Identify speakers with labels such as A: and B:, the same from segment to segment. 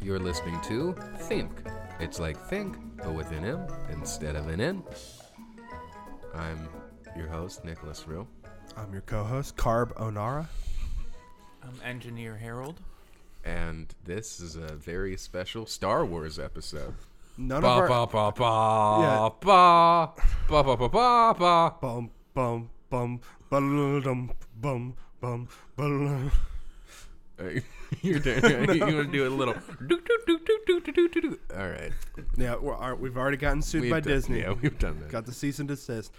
A: You're listening to Think. It's like Think, but with an M instead of an N. I'm your host, Nicholas Rue.
B: I'm your co-host, Carb Onara.
C: I'm Um, Engineer Harold.
A: And this is a very special Star Wars episode.
B: None
A: Ba
B: of
A: ba
B: our
A: ba ba
B: Yeah.
A: ba ba ba ba ba ba.
B: bum bum bum bum bum bum bum.
A: Hey, You're doing, You want to do a little. doo, doo, doo, doo, doo, doo, doo, doo, doo. All right.
B: Yeah, we're, all right, we've already gotten sued
A: We've
B: by
A: done-
B: Disney.
A: Yeah, we've done that.
B: Got the cease and desist.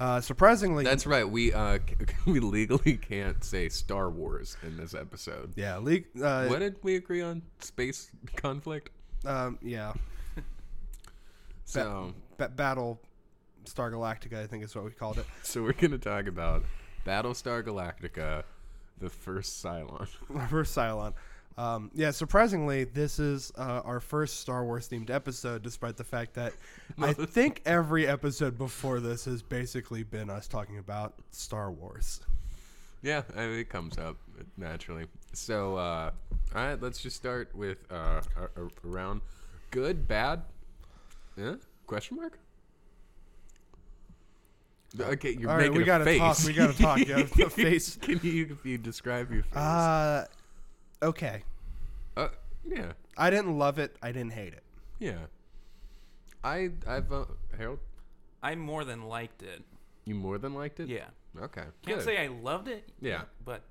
B: Uh, surprisingly,
A: That's right. We uh c- we legally can't say Star Wars in this episode.
B: yeah, leak. Uh,
A: What did we agree on? Space conflict.
B: Um, yeah,
A: So
B: ba- battle Star Galactica, I think is what we called it.
A: so we're gonna talk about Battlestar Galactica, the first Cylon.
B: Reverse Cylon. Um, yeah, surprisingly, this is uh, our first Star Wars themed episode, despite the fact that I think every episode before this has basically been us talking about Star Wars.
A: Yeah, I mean, it comes up naturally. So uh, all right, let's just start with uh a- a- around good bad. Yeah? Question mark. Okay, you're
B: All right,
A: making
B: we
A: a
B: gotta
A: face.
B: talk. We gotta talk. Yeah, the face.
A: Can you, you describe your face?
B: Uh, okay.
A: Uh, yeah,
B: I didn't love it. I didn't hate it.
A: yeah. I I've uh, Harold,
C: I more than liked it.
A: you more than liked it.
C: Yeah.
A: Okay.
C: Can't
A: good.
C: say I loved it.
A: Yeah.
C: But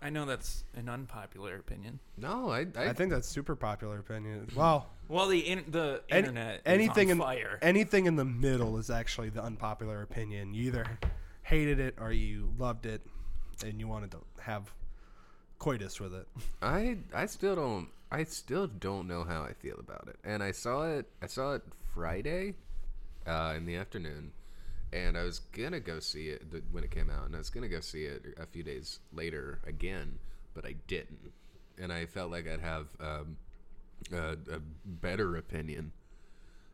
C: I know that's an unpopular opinion.
A: No, I I,
B: I think that's super popular opinion. Well,
C: Well, the in, the
B: any-
C: internet
B: anything
C: is on
B: in
C: fire.
B: anything in the middle is actually the unpopular opinion. You either hated it or you loved it, and you wanted to have coitus with it.
A: I I still don't I still don't know how I feel about it. And I saw it I saw it Friday, uh, in the afternoon, and I was gonna go see it th- when it came out, and I was gonna go see it a few days later again, but I didn't, and I felt like I'd have um, a, a better opinion.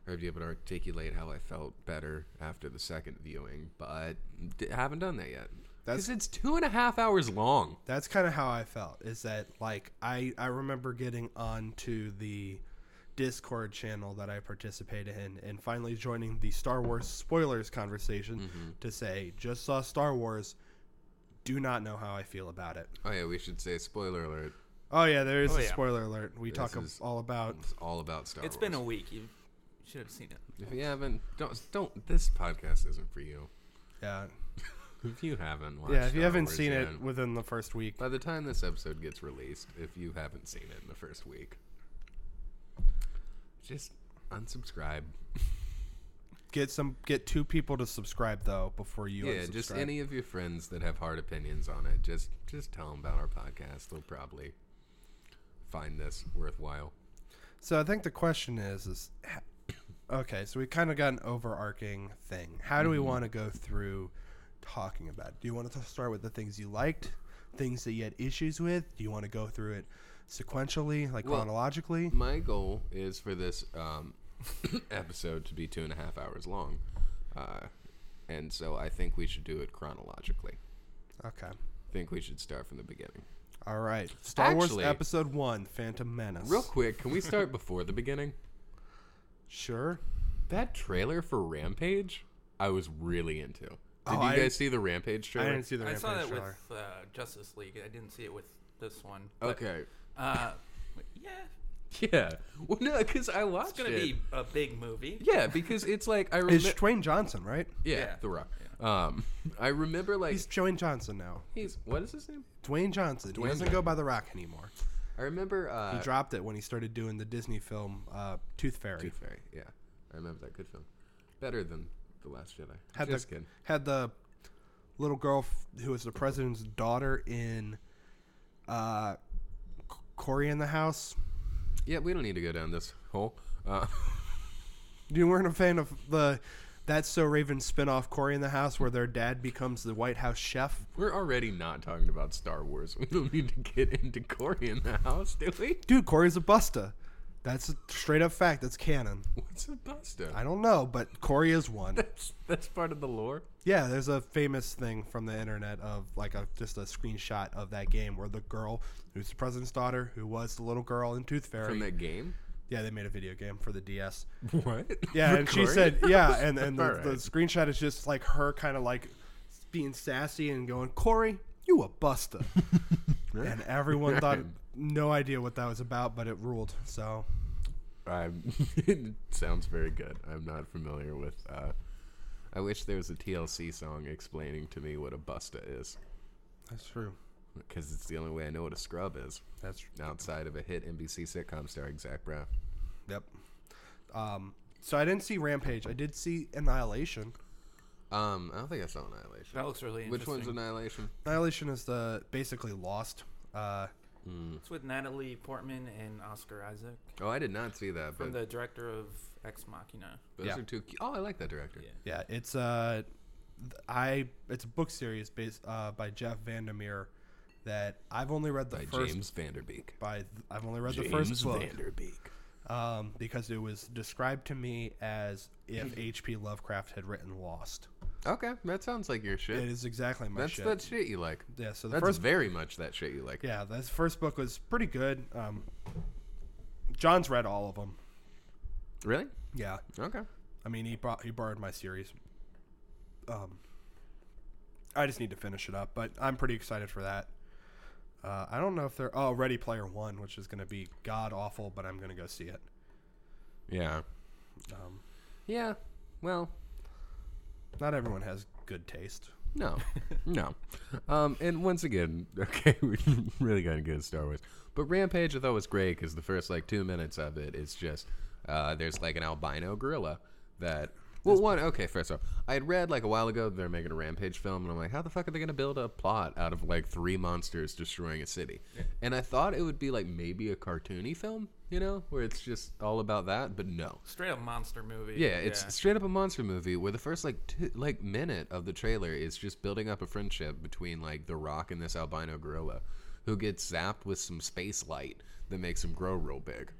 A: Or be able to articulate how I felt better after the second viewing, but d- haven't done that yet.
B: That's-
A: Because it's two and a half hours long.
B: that's kind of how I felt. Is that like I I remember getting onto the Discord channel that I participated in and finally joining the Star Wars spoilers conversation
A: Mm-hmm.
B: to say just saw Star Wars, do not know how I feel about it.
A: Oh yeah, we should say spoiler alert.
B: Oh yeah, there is
C: Oh,
B: a
C: yeah.
B: spoiler alert. We talk ab-
A: is-
B: all about
A: It's all about Star
C: it's
A: Wars.
C: been a week. You should have seen it.
A: If you haven't, don't don't. This podcast isn't for you.
B: yeah
A: If you haven't watched,
B: yeah. If you
A: Star
B: haven't
A: Wars
B: seen
A: yet,
B: it within the first week,
A: by the time this episode gets released, if you haven't seen it in the first week, just unsubscribe.
B: get some get two people to subscribe though before you
A: yeah, just
B: unsubscribe.
A: any of your friends that have hard opinions on it, just just tell them about our podcast. They'll probably find this worthwhile.
B: So I think the question is is h- okay, so we kind of got an overarching thing. How do we want to go through talking about? it? Do you want to start with the things you liked, things that you had issues with? Do you want to go through it sequentially, like
A: Well-
B: chronologically?
A: My goal is for this um, episode to be two and a half hours long, uh, and so I think we should do it chronologically.
B: Okay.
A: I think we should start from the beginning.
B: All right. Star
A: Actually-
B: Wars episode 1, Phantom Menace.
A: Real quick, can we start before the beginning?
B: Sure.
A: That trailer for Rampage, I was really into. Did
B: Oh,
A: you
B: I-
A: guys see the Rampage
B: I
A: trailer?
B: didn't see the
C: I
B: Rampage
C: saw that
B: trailer.
C: with uh, Justice League. I didn't see it with this one. But,
A: Okay.
C: Uh, yeah,
A: Yeah. Well, no, because I watched
C: it's gonna
A: it.
C: be a big movie.
A: Yeah, because it's like I
B: It's
A: remember.
B: Dwayne Johnson, right?
A: yeah,
C: Yeah.
A: The Rock. Um, I remember like
B: He's
A: he's,
B: Dwayne Johnson now.
A: what is his name?
B: Dwayne Johnson. he doesn't go by The Rock anymore.
A: I remember uh,
B: He dropped it when he started doing the Disney film uh, Tooth Fairy.
A: Tooth Fairy. Yeah, I remember that good film. Better than the Last Jedi.
B: had
A: Just
B: the
A: kidding.
B: had the little girl f- who was the president's daughter in uh, C- Cory in the house.
A: Yeah, we don't need to go down this hole. Uh,
B: You weren't a fan of the That's So Raven spinoff Cory in the house where their dad becomes the White House chef.
A: we're already not talking about Star Wars. We don't need to get into Corey in the house, do we?
B: Dude, Cory's a busta. That's a straight up fact. That's canon.
A: What's a pasta?
B: I don't know, but Corey is one.
A: that's that's part of the lore.
B: Yeah, there's a famous thing from the internet of like a just a screenshot of that game where the girl who's the president's daughter, who was the little girl in Tooth Fairy.
A: From that game?
B: yeah, they made a video game for the DS.
A: What?
B: Yeah, and she
A: Corey?
B: said, yeah, and and the,
A: All right.
B: the screenshot is just like her kind of like being sassy and going, Corey, you a buster, and everyone thought no idea what that was about, but it ruled. So
A: I'm, it sounds very good. I'm not familiar with. Uh, I wish there was a TLC song explaining to me what a busta is,
B: that's true.
A: because it's the only way I know what a scrub is.
B: That's true.
A: Outside of a hit NBC sitcom starring Zach Brown.
B: Yep. Um, so I didn't see Rampage. I did see Annihilation.
A: Um, I don't think I saw Annihilation.
C: That looks really
A: Which
C: interesting.
A: one's Annihilation?
B: Annihilation is the basically Lost. Uh,
C: It's with Natalie Portman and Oscar Isaac
A: Oh, I did not see that.
C: from
A: But
C: the director of Ex Machina.
A: those
B: Yeah.
A: are two. cu- Oh, I like that director.
C: Yeah.
B: yeah, it's uh, th- I it's a book series based uh, by Jeff Vandermeer that I've only read the
A: By
B: first
A: James Vanderbeek.
B: by th- I've only read
A: James
B: the first book
A: Vanderbeek.
B: um, because it was described to me as if H.P. Lovecraft had written Lost.
A: Okay, that sounds like your
B: It
A: shit.
B: is exactly my
A: That's
B: shit.
A: that shit you like.
B: yeah, so the
A: That's
B: first
A: very much that shit you like.
B: yeah, this first book was pretty good. Um, John's read all of them.
A: Really?
B: Yeah,
A: Okay.
B: I mean, he bought he borrowed my series. Um, I just need to finish it up, but I'm pretty excited for that. Uh, I don't know if they're oh Ready Player One, which is going to be god awful, but I'm going to go see it.
A: Yeah.
B: Um,
A: Yeah. Well,
B: not everyone has good taste.
A: no, no. Um, and once again, okay, we really got to get into Star Wars. But Rampage, I thought was great because the first like two minutes of it, it's just uh, there's like an albino gorilla that. Well, one okay. First off, I had read like a while ago that they're making a Rampage film, and I'm like, how the fuck are they gonna build a plot out of like three monsters destroying a city? And I thought it would be like maybe a cartoony film, you know, where it's just all about that, but no.
C: Straight up monster movie.
A: Yeah, it's straight up a monster movie where the first like two, like minute of the trailer is just building up a friendship between like The Rock and this albino gorilla, who gets zapped with some space light that makes him grow real big.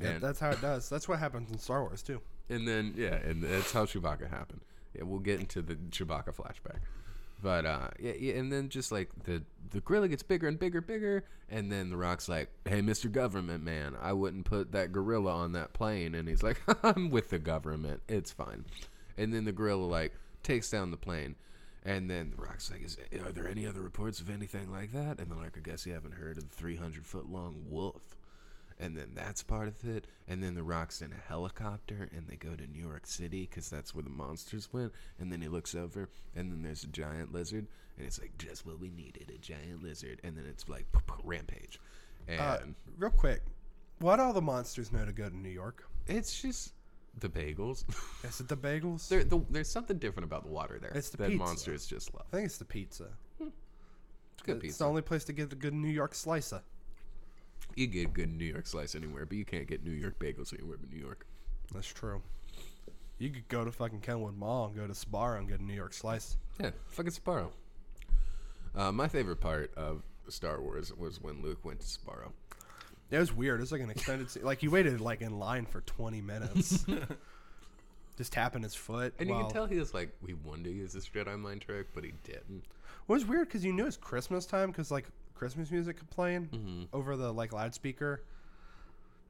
B: Yeah,
A: And-
B: that's how it does. That's what happens in Star Wars too.
A: And then yeah, and that's how Chewbacca happened. Yeah, we'll get into the Chewbacca flashback. But uh yeah, yeah, and then just like the the gorilla gets bigger and bigger, bigger, and then the rock's like, "Hey, Mr. Government Man, I wouldn't put that gorilla on that plane." And he's like, "I'm with the government. It's fine." And then the gorilla like takes down the plane. And then the rock's like, Is, "Are there any other reports of anything like that?" And they're like, "I guess you haven't heard of the 300 foot long wolf." and then that's part of it and then the rock's in a helicopter and they go to new york city because that's where the monsters went and then he looks over and then there's a giant lizard and it's like just what we needed a giant lizard and then it's like rampage and
B: Uh, real quick, what all the monsters know to go to New York?
A: it's just the bagels
B: Is it the bagels?
A: there, the, there's something different about the water there
B: It's the
A: that
B: pizza.
A: monsters just love
B: I think it's the pizza.
A: it's good
B: it's
A: pizza
B: the only place to get the good New York slicer.
A: you can get a good new york slice anywhere but you can't get new york bagels anywhere but new york
B: That's true. You could go to fucking Kenwood Mall and go to Sbarro and get a New York slice.
A: Yeah, fucking Sparrow. Uh, my favorite part of Star Wars was when Luke went to Sparrow.
B: It was weird. It was like an extended, se- like you waited like in line for twenty minutes, just tapping his foot.
A: And you
B: while-
A: can tell he was like, we wanted to use this Jedi mind trick, but he didn't.
B: It was weird because you knew it's Christmas time because like Christmas music kept playing over the like loudspeaker.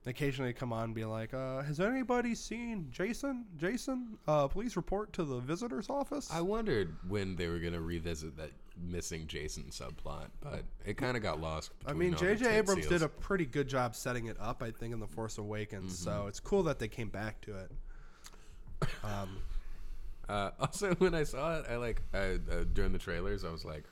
B: Occasionally it'd come on and be like, uh, "Has anybody seen Jason? Jason, uh, please report to the visitor's office."
A: I wondered when they were going to revisit that missing Jason subplot, but it kind of got lost.
B: I
A: between
B: mean,
A: all the
B: J.J.
A: tit
B: Abrams
A: seals.
B: did a pretty good job setting it up, I think, in The Force Awakens. So it's cool that they came back to it. Um,
A: Uh, also, when I saw it, I like uh, uh, during the trailers, I was like,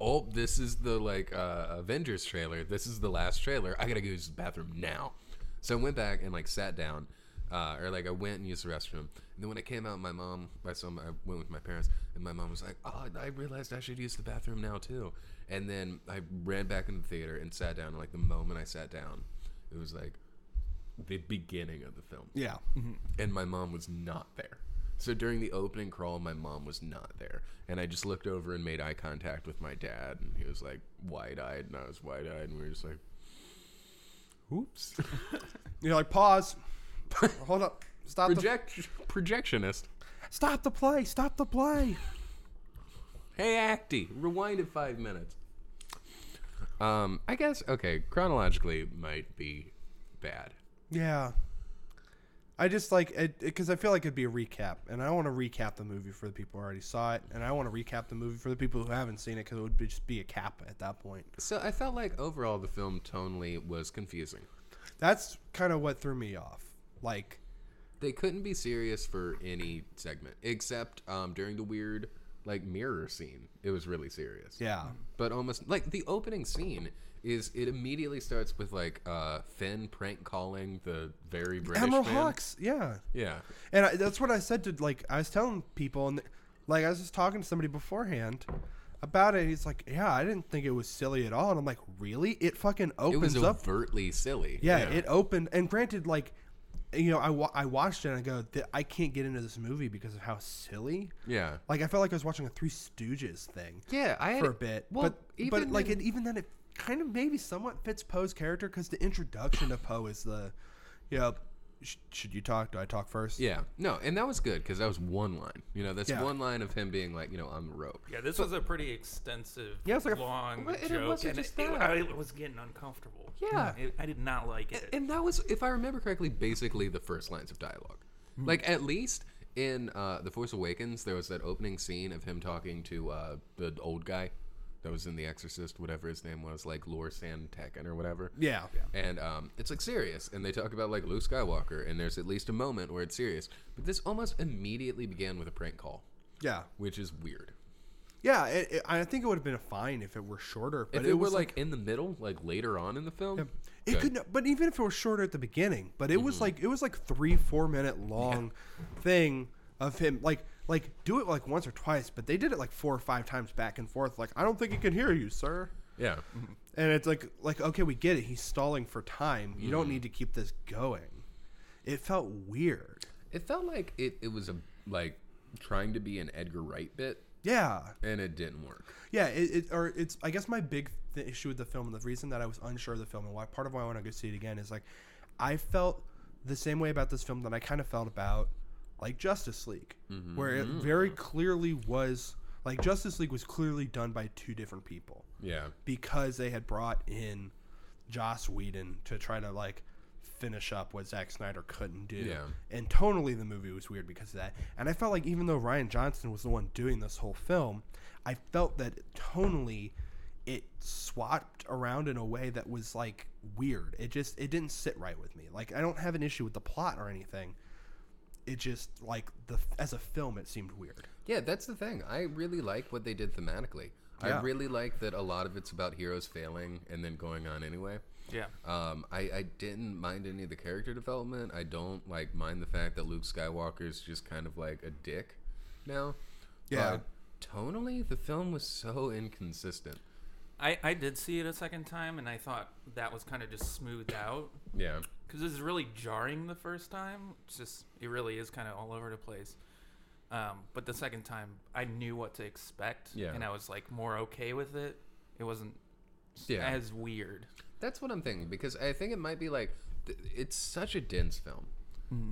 A: "Oh, this is the like uh, Avengers trailer. This is the last trailer. I gotta go use the bathroom now." So I went back and like sat down, uh, or like I went and used the restroom. And then when I came out, my mom, I saw, my, I went with my parents, and my mom was like, "Oh, I realized I should use the bathroom now too." And then I ran back in the theater and sat down. And, like the moment I sat down, it was like the beginning of the film
B: yeah,
A: and my mom was not there. So during the opening crawl, my mom was not there, and I just looked over and made eye contact with my dad, and he was like wide eyed, and I was wide eyed, and we were just like, Oops.
B: You're like, pause. Hold up. Stop the
A: Project projectionist.
B: Stop the play. Stop the play.
A: Hey, Acty, rewind it five minutes. Um, I guess okay. Chronologically, might be bad.
B: Yeah. I just like it because I feel like it'd be a recap, and I want to recap the movie for the people who already saw it, and I want to recap the movie for the people who haven't seen it because it would be, just be a cap at that point.
A: So I felt like overall the film tonally was confusing.
B: That's kind of what threw me off. Like,
A: They couldn't be serious for any segment except um, during the weird like mirror scene. It was really serious.
B: yeah,
A: but almost like the opening scene is it immediately starts with like uh Finn prank calling the very British
B: Emerald
A: man.
B: Hawks, yeah,
A: Yeah.
B: and I, that's what I said to like I was telling people, and like I was just talking to somebody beforehand about it. He's like, yeah, I didn't think it was silly at all, and I'm like, really? It fucking
A: It was
B: opens up
A: overtly silly.
B: yeah, it opened and granted like you know I, wa- I watched it and i go "Th- i can't get into this movie because of how silly
A: Yeah.
B: like i felt like i was watching a three stooges thing
A: Yeah, I had
B: for a bit
A: Well,
B: but
A: even
B: but like
A: in-
B: it, even then it kind of maybe somewhat fits poe's character because the introduction to poe is the you know sh- should you talk do i talk first
A: yeah, no, and that was good because that was one line. You know, that's
B: Yeah.
A: one line of him being like, you know, I'm a rope.
C: Yeah, this was a pretty extensive,
B: Yeah, it's like a-
C: long
A: Well, and it
C: joke,
A: wasn't
C: and
A: just
C: it,
A: that.
C: I was getting uncomfortable.
A: Yeah.
C: It- I did not like it.
A: And that was, if I remember correctly, basically the first lines of dialogue.
B: Hmm.
A: Like at least in uh, the Force Awakens, there was that opening scene of him talking to uh, the old guy that was in The Exorcist, whatever his name was, like Lor San Tekken or whatever.
B: yeah
A: And um, it's like serious, and they talk about like Luke Skywalker, and there's at least a moment where it's serious. But this almost immediately began with a prank call,
B: yeah
A: which is weird.
B: yeah it, it- i think it would have been fine if it were shorter but
A: If it, were
B: was
A: like, in the middle, like later on in the film,
B: It
A: good.
B: could, not, but even if it was shorter at the beginning, but it was like it was like three, four minute long thing of him like like do it like once or twice, but they did it like four or five times back and forth. Like I don't think he can hear you, sir.
A: yeah,
B: And it's like like okay, we get it. He's stalling for time. You don't need to keep this going. It felt weird.
A: it felt like it, it was a like trying to be an Edgar Wright bit,
B: Yeah,
A: and it didn't work.
B: yeah. It, it or it's I guess my big th- issue with the film, the reason that I was unsure of the film, and why part of why I want to go see it again is like I felt the same way about this film that I kind of felt about like Justice League, where it very clearly was like Justice League was clearly done by two different people
A: Yeah,
B: because they had brought in Joss Whedon to try to like finish up what Zack Snyder couldn't do.
A: Yeah.
B: And tonally the movie was weird because of that. And I felt like even though Ryan Johnson was the one doing this whole film, I felt that tonally it swapped around in a way that was like weird. It just it didn't sit right with me. Like I don't have an issue with the plot or anything. It just like the as a film it seemed weird.
A: yeah, that's the thing. I really like what they did thematically. I
B: Yeah.
A: really like that a lot of it's about heroes failing and then going on anyway.
C: yeah.
A: Um, I, I didn't mind any of the character development. I don't like mind the fact that Luke Skywalker is just kind of like a dick now.
B: Yeah.
A: But tonally, the film was so inconsistent.
C: I, I did see it a second time, and I thought that was kind of just smoothed out.
A: Yeah.
C: because this is really jarring the first time. It's just it really is kind of all over the place. Um, but the second time, I knew what to expect,
A: Yeah.
C: and I was like more okay with it. It wasn't s-
A: Yeah.
C: as weird.
A: That's what I'm thinking because I think it might be like th- it's such a dense film.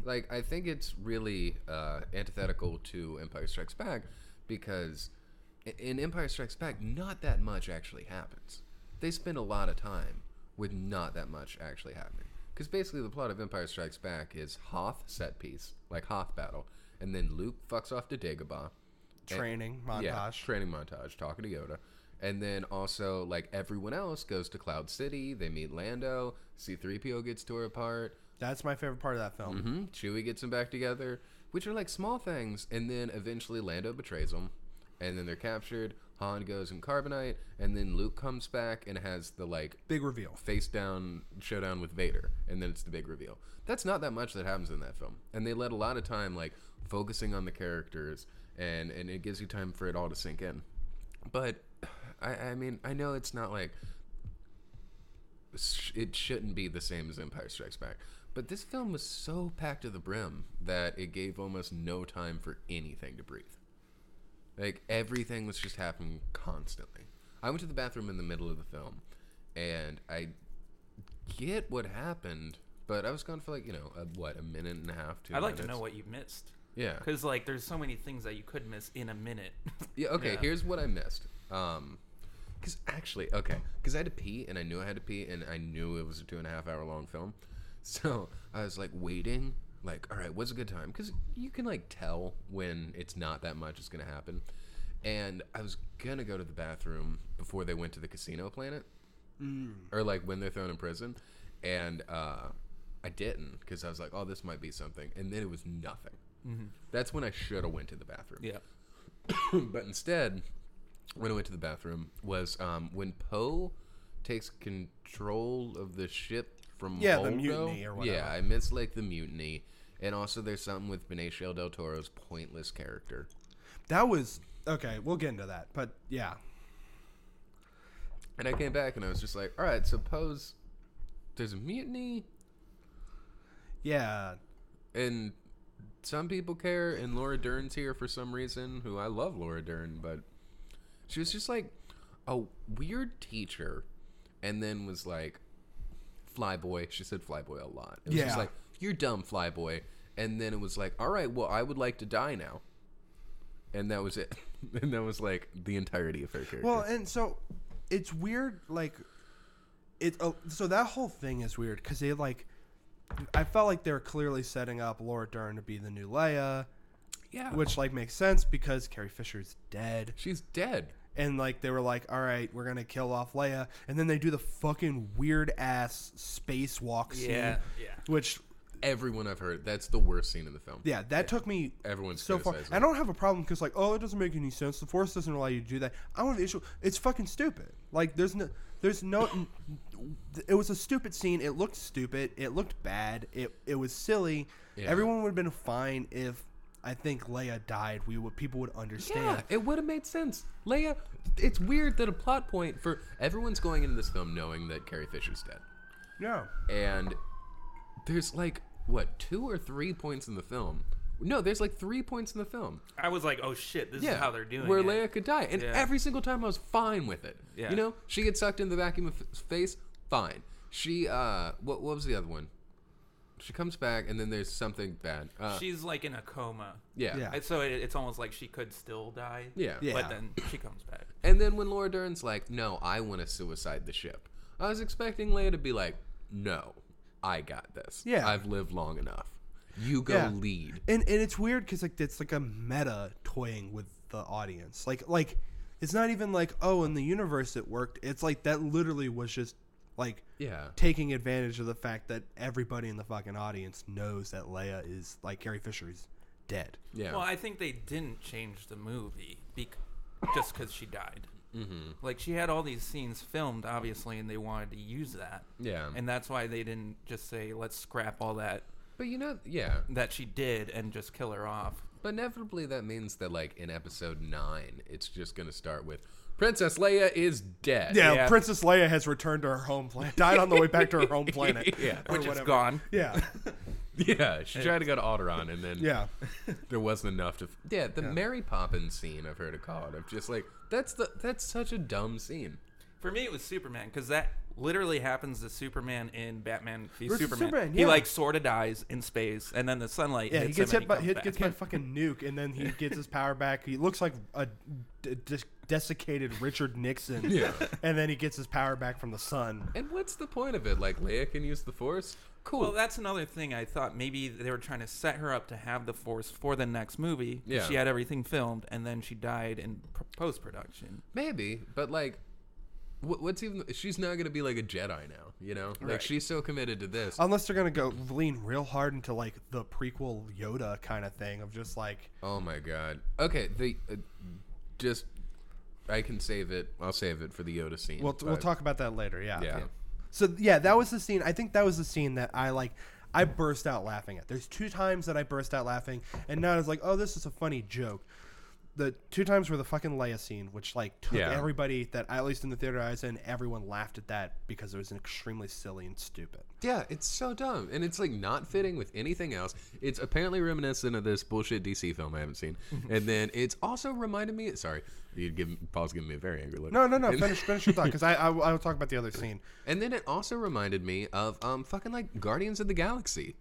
A: Like I think it's really uh, antithetical to Empire Strikes Back because i- in Empire Strikes Back, not that much actually happens. They spend a lot of time with not that much actually happening. Because basically, the plot of Empire Strikes Back is Hoth set piece, like Hoth battle, and then Luke fucks off to Dagobah.
B: Training, montage.
A: Eh, Yeah, training montage, talking to Yoda. And then also, like, everyone else goes to Cloud City. They meet Lando. C3PO gets tore apart.
B: That's my favorite part of that film.
A: hmm Chewie gets them back together, which are like small things. And then eventually, Lando betrays them. And then they're captured. Han goes in carbonite. And then Luke comes back and has the, like,
B: Big reveal.
A: face down showdown with Vader, and then it's the big reveal. That's not that much that happens in that film, and they let a lot of time like focusing on the characters, and and it gives you time for it all to sink in. But I, I mean, I know it's not like sh- it shouldn't be the same as Empire Strikes Back, but this film was so packed to the brim that it gave almost no time for anything to breathe. Like everything was just happening constantly. I went to the bathroom in the middle of the film, and I get what happened, but I was gone for like you know a, what a minute and a half. Two.
C: I'd like to
A: minutes.
C: know what you missed.
A: Yeah.
C: Because like, there's so many things that you could miss in a minute.
A: Yeah. Okay.
C: Yeah.
A: Here's what I missed. Um, because actually, okay, because I had to pee and I knew I had to pee and I knew it was a two and a half hour long film, so I was like waiting, like, all right, what's a good time? Because you can like tell when it's not that much is gonna happen, and I was gonna go to the bathroom before they went to the casino planet, or like when they're thrown in prison, and uh, I didn't because I was like, oh, this might be something, and then it was nothing. That's when I should have went to the bathroom
C: yeah.
A: but instead, when I went to the bathroom, was um, when Poe takes control of the ship from
B: Yeah, the
A: Volgo.
B: mutiny or whatever.
A: Yeah, I miss like the mutiny, and also there's something with Benicio del Toro's pointless character.
B: That was okay. We'll get into that, but yeah,
A: And I came back and I was just like, all right, suppose there's a mutiny,
B: yeah.
A: and some people care, and Laura Dern's here for some reason. Who I love Laura Dern, but she was just like a weird teacher, and then was like, "Flyboy." She said "Flyboy" a lot. It was
B: Yeah.
A: just like, "You're dumb, Flyboy," and then it was like, "All right, well, I would like to die now," and that was it. and that was like the entirety of her character.
B: Well, and so it's weird. Like it. Oh, so that whole thing is weird because they like. I felt like they were clearly setting up Laura Dern to be the new Leia,
A: yeah,
B: which like makes sense because Carrie Fisher's dead.
A: she's dead.
B: and like they were like, "All right, we're gonna kill off Leia," and then they do the fucking weird ass spacewalk scene.
C: Yeah, yeah.
B: Which,
A: Everyone I've heard, that's the worst scene in the film.
B: yeah, that took me
A: Everyone's
B: so far.
A: criticizing
B: I don't have a problem because like, oh, it doesn't make any sense. The Force doesn't allow you to do that. I don't have an issue. It's fucking stupid. Like, there's no, there's no. It was a stupid scene. It looked stupid. It looked bad. It it was silly.
A: Yeah.
B: Everyone would have been fine if. I think Leia died. We would people would understand.
A: Yeah, it would have made sense. Leia, it's weird that a plot point for everyone's going into this film knowing that Carrie Fisher's dead.
B: No.
A: And there's like, what, two or three points in the film? No, there's like three points in the film.
C: I was like, oh shit, this
A: Yeah,
C: is how they're doing
A: where
C: it.
A: Leia could die, and
C: Yeah.
A: every single time I was fine with it.
C: Yeah.
A: you know, she gets sucked in the vacuum of f- space, fine. She, uh, what, what was the other one? She comes back, and then there's something bad. Uh,
C: She's like in a coma.
A: yeah,
B: Yeah.
C: And so it, it's almost like she could still die.
A: Yeah.
B: Yeah.
C: But then she comes back.
A: And then when Laura Dern's like, "No, I want to suicide the ship," I was expecting Leia to be like, "No, I got this.
B: Yeah.
A: I've lived long enough. You go
B: Yeah.
A: lead."
B: and and it's weird because like it's like a meta toying with the audience like like it's not even like oh in the universe it worked it's like that literally was just like
A: Yeah,
B: taking advantage of the fact that everybody in the fucking audience knows that leia is like carrie fisher is dead
A: yeah,
C: Well, I think they didn't change the movie bec- just because she died. Mm-hmm. Like she had all these scenes filmed, obviously, and they wanted to use that,
A: yeah.
C: and that's why they didn't just say, "Let's scrap all that
A: but you know, yeah.
C: that she did and just kill her off."
A: But inevitably, that means that like in episode nine, it's just gonna start with Princess Leia is dead.
B: yeah,
C: Yeah.
B: princess leia has returned to her home planet died on the way back to her home planet
A: yeah,
B: Or
C: Which is
B: whatever.
C: gone.
B: yeah
A: yeah. She tried to go to Alderaan, and then
B: yeah
A: there wasn't enough to. Yeah, the Mary Poppins scene I've heard it called. Of just like that's the that's such a dumb scene.
C: For me, it was Superman because that literally happens to Superman in Batman v
B: Versus
C: Superman.
B: Superman,
C: He
B: yeah.
C: like sort of dies in space, and then the sunlight.
B: yeah he
C: hits
B: gets hit
C: him and
B: by
C: comes
B: hit,
C: back.
B: gets by fucking nuke and then he gets his power back he looks like a d- des- desiccated richard nixon
A: Yeah.
B: and then he gets his power back from the sun.
A: And what's the point of it? Like Leia can use the Force? Cool.
C: Well, that's another thing I thought maybe they were trying to set her up to have the force for the next movie.
A: Yeah.
C: She had everything filmed and then she died in pr- post production.
A: Maybe, but like, wh- what's even? She's not gonna be like a Jedi now, you know? Like
C: Right.
A: she's so committed to this.
B: Unless they're gonna go lean real hard into like the prequel Yoda kind of thing of just like
A: oh my god. Okay, the uh, just I can save it. I'll save it for the Yoda scene.
B: we'll we'll
A: but-
B: talk about that later. Yeah.
A: Yeah.
B: So yeah, that was the scene. I think that was the scene that I like. I burst out laughing at. There's two times that I burst out laughing, and now it's like, oh, this is a funny joke. the two times were the fucking Leia scene, which like took
A: Yeah.
B: everybody that at least in the theater I was in, everyone laughed at that because it was extremely silly and stupid.
A: Yeah, it's so dumb, and it's like not fitting with anything else. It's apparently reminiscent of this bullshit DC film I haven't seen, and then it's also reminded me. Sorry, you give Paul's giving me a very angry look.
B: No, no, no.
A: And-
B: Finish, finish your thought because I, I, I will talk about the other scene.
A: And then it also reminded me of um fucking like Guardians of the Galaxy.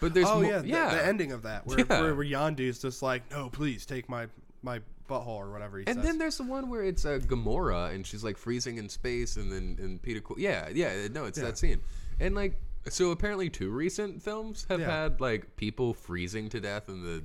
A: But there's
B: oh
A: more,
B: yeah, the,
A: yeah.
B: the ending of that where
A: Yeah.
B: where, where Yondu's just like, no, please take my my butthole or whatever he
A: and
B: says.
A: then there's the one where it's uh, Gamora and she's like freezing in space, and then and Peter. Quill. Yeah, yeah, uh, no, it's that scene, and like so apparently two recent films have
B: Yeah.
A: had like people freezing to death in the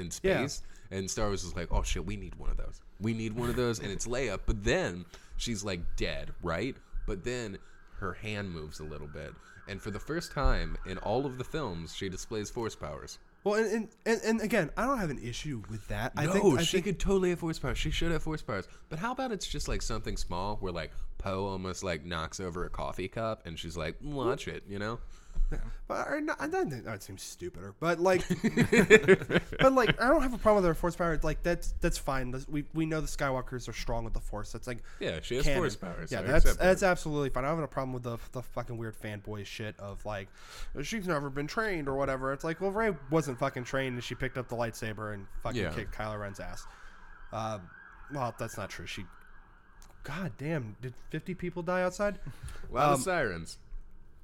A: in
B: Yeah.
A: space, and Star Wars is like, oh shit, we need one of those, we need one of those, and it's Leia, but then she's like dead, right? But then her hand moves a little bit, and for the first time in all of the films, she displays force powers.
B: well, and, and, and and again, I don't have an issue with that. I
A: no,
B: think I
A: she
B: think,
A: could totally have force powers. She should have force powers. But how about it's just like something small where like Poe almost like knocks over a coffee cup and she's like, "Mm, watch it, you know?
B: But I, I don't think that seems stupider. But like, but like, I don't have a problem with their force power. Like that's that's fine. That's- We we know the Skywalkers are strong with the force. That's like
A: Yeah, she has
B: canon.
A: force powers.
B: Yeah,
A: I
B: that's
A: accept that.
B: that's absolutely fine. I don't have a problem with the the fucking weird fanboy shit of like she's never been trained or whatever. It's like well, Ray wasn't fucking trained and she picked up the lightsaber and fucking
A: Yeah.
B: kicked Kylo Ren's ass. Uh, well, that's not true. She. God damn! Did fifty people die outside?
A: A lot
B: Um,
A: of sirens.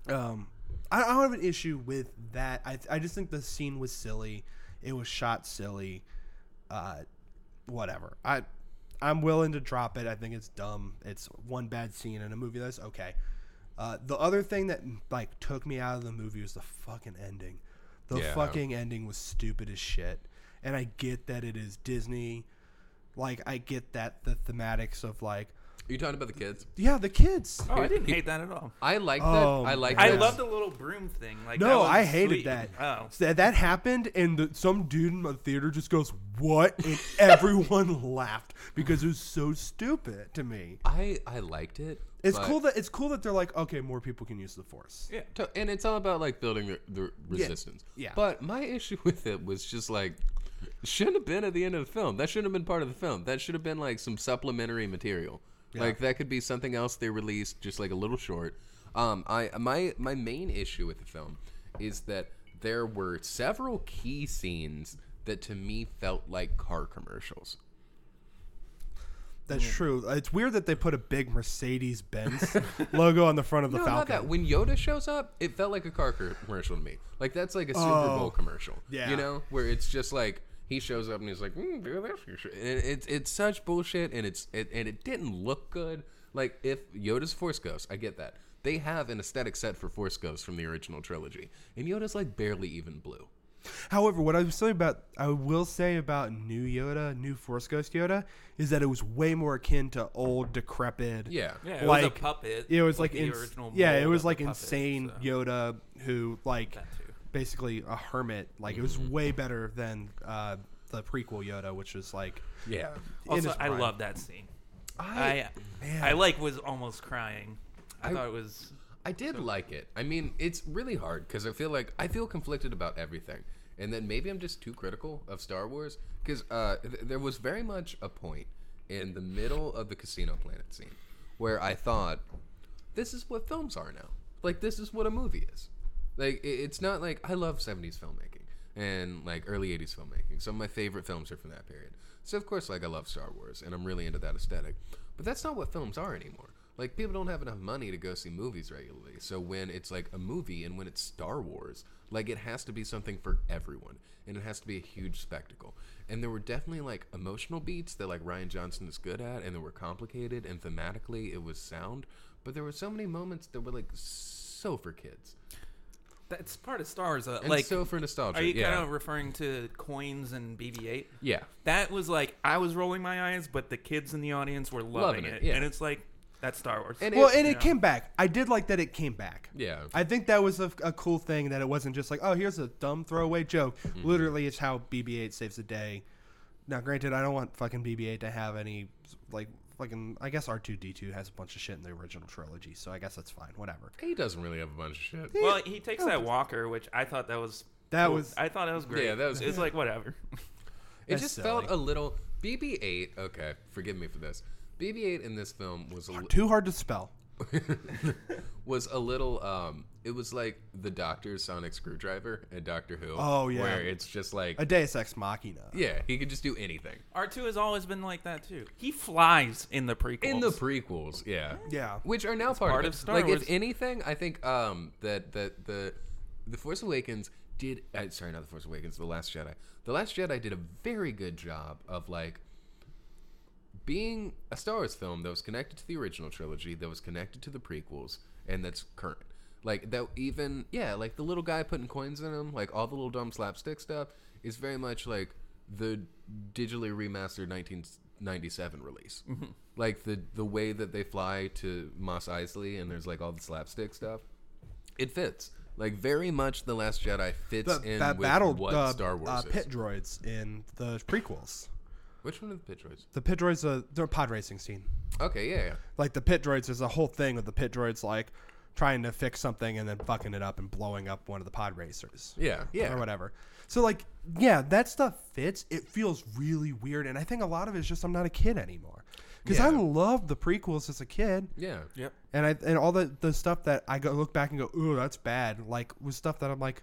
B: um, I, I don't have an issue with that. I, I just think the scene was silly. It was shot silly. Uh, whatever. I I'm willing to drop it. I think it's dumb. It's one bad scene in a movie. That's okay. Uh, the other thing that like took me out of the movie was the fucking ending. The
A: Yeah.
B: fucking ending was stupid as shit. And I get that it is Disney. Like I get that the thematics of like
A: Are you talking about the kids?
B: yeah the kids.
C: Oh, I didn't hate that at all.
A: I like
B: Oh,
A: that. I like
C: I
A: that.
C: love the little broom thing. Like that
B: No,
C: was
B: I hated
C: sweet.
B: that.
C: Oh,
B: So that, that happened, and the, some dude in the theater just goes, "What?" and everyone laughed because it was so stupid to me.
A: I, I liked it.
B: It's
A: but-
B: cool that it's cool that they're like, okay, more people can use the force.
C: yeah.
A: To- and it's all about like building the, the resistance.
B: yeah.
A: But my issue with it was just like shouldn't have been at the end of the film. That shouldn't have been part of the film. That should have been like some supplementary material. Like that could be something else they released, just like a little short. Um, I my my main issue with the film is that there were several key scenes that to me felt like car commercials.
B: That's true. It's weird that they put a big Mercedes Benz logo on the front of the
A: No, not
B: Falcon.
A: that. When Yoda shows up, it felt like a car cur- commercial to me. Like that's like a Super
B: Oh,
A: Bowl commercial.
B: yeah.
A: you know, where it's just like he shows up and he's like, mm, "Do this," you should-" and it's it's such bullshit, and it's it, and it didn't look good. Like if Yoda's Force Ghost, I get that they have an aesthetic set for Force Ghosts from the original trilogy, and Yoda's like barely even blue.
B: However, what I was saying about I will say about new Yoda, new Force Ghost Yoda, is that it was way more akin to old decrepit.
A: Yeah,
C: Yeah, it was
B: Like-
C: a puppet.
B: It was like
C: the
B: ins-
C: original
B: yeah, it
C: mold
B: was
C: of the
B: like
C: puppet,
B: insane
C: so.
B: Yoda who like
C: That too. Mm-hmm.
B: basically a hermit. Like it was way better than uh, the prequel Yoda, which was like
A: yeah.
B: in
C: Also,
B: his
C: I
B: prime.
C: love that scene.
A: I
C: I I like was almost crying. I,
A: I-
C: thought it was
A: I did like it. I mean, it's really hard because I feel like I feel conflicted about everything, and then maybe I'm just too critical of Star Wars because uh, th- there was very much a point in the middle of the Casino Planet scene where I thought, this is what films are now. Like this is what a movie is. Like i- it's not like I love 70s filmmaking and like early 80s filmmaking. Some of my favorite films are from that period. So of course like I love Star Wars and I'm really into that aesthetic. But that's not what films are anymore. Like people don't have enough money to go see movies regularly. So when it's like a movie and when it's Star Wars, like it has to be something for everyone and it has to be a huge spectacle. And there were definitely like emotional beats that like Ryan Johnson is good at and they were complicated and thematically it was sound, but there were so many moments that were like so for kids
C: that's part of stars. Uh,
A: and
C: like,
A: so for nostalgia.
C: are you
A: yeah,
C: kind of referring to coins and BB-8?
A: yeah,
C: That was like I was rolling my eyes, but the kids in the audience were loving,
A: Loving it,
C: it,
A: yeah.
C: and it's like that's Star Wars.
A: And it-
B: Well, and it
C: Yeah.
B: came back. I did like that it came back.
A: yeah.
B: I think that was a, a cool thing that it wasn't just like, oh, here's a dumb throwaway joke.
C: Mm-hmm.
B: Literally, it's how BB-8 saves the day. Now, granted, I don't want fucking BB-8 to have any like fucking. I guess R2D2 has a bunch of shit in the original trilogy, so I guess that's fine. Whatever.
A: he doesn't really have a bunch of shit.
C: well, he takes that walker, which I thought that was
B: That
C: cool.
B: was-
C: I thought that was great.
A: Yeah, that was
C: It's
A: good.
C: like whatever.
A: It
B: That's
A: just
B: silly.
A: felt a little BB-8. Okay, forgive me for this. BB-8 in this film was a li-
B: Too hard to spell.
A: was a little. Um, it was like the Doctor's sonic screwdriver and Doctor Who.
B: Oh, yeah.
A: where it's just like
B: A Deus Ex Machina.
A: yeah, he could just do anything
C: R2 has always been like that too. He flies in the prequels.
A: in the prequels. Yeah,
B: Yeah.
A: which are now part,
C: part
A: of, it.
C: of Star
A: Like
C: Wars.
A: if anything, I think um that that the the Force Awakens did uh, sorry not the Force Awakens, the Last Jedi. The Last Jedi did a very good job of like being a Star Wars film that was connected to the original trilogy, that was connected to the prequels, and that's current. Like that, even yeah, like the little guy putting coins in him, like all the little dumb slapstick stuff, is very much like the digitally remastered 1997 release.
B: Mm-hmm.
A: Like the the way that they fly to Moss Eisley, and there's like all the slapstick stuff. It fits like very much. The Last Jedi fits
B: The,
A: in
B: that
A: with
B: battle
A: what
B: uh,
A: Star Wars
B: uh,
A: is.
B: pit droids in the prequels.
A: Which one of the pit droids?
B: The pit droids, uh, they're a pod racing scene.
A: Okay, yeah, yeah.
B: Like the pit droids, there's a whole thing with the pit droids like trying to fix something and then fucking it up and blowing up one of the pod racers.
A: Yeah, yeah.
B: or whatever. So like, yeah, that stuff fits. It feels really weird, and I think a lot of it's just I'm not a kid anymore because I
A: Yeah.
B: loved the prequels as a kid,
A: Yeah.
C: Yep.
B: and I and all the the stuff that I go look back and go, ooh, that's bad. Like was stuff that I'm like,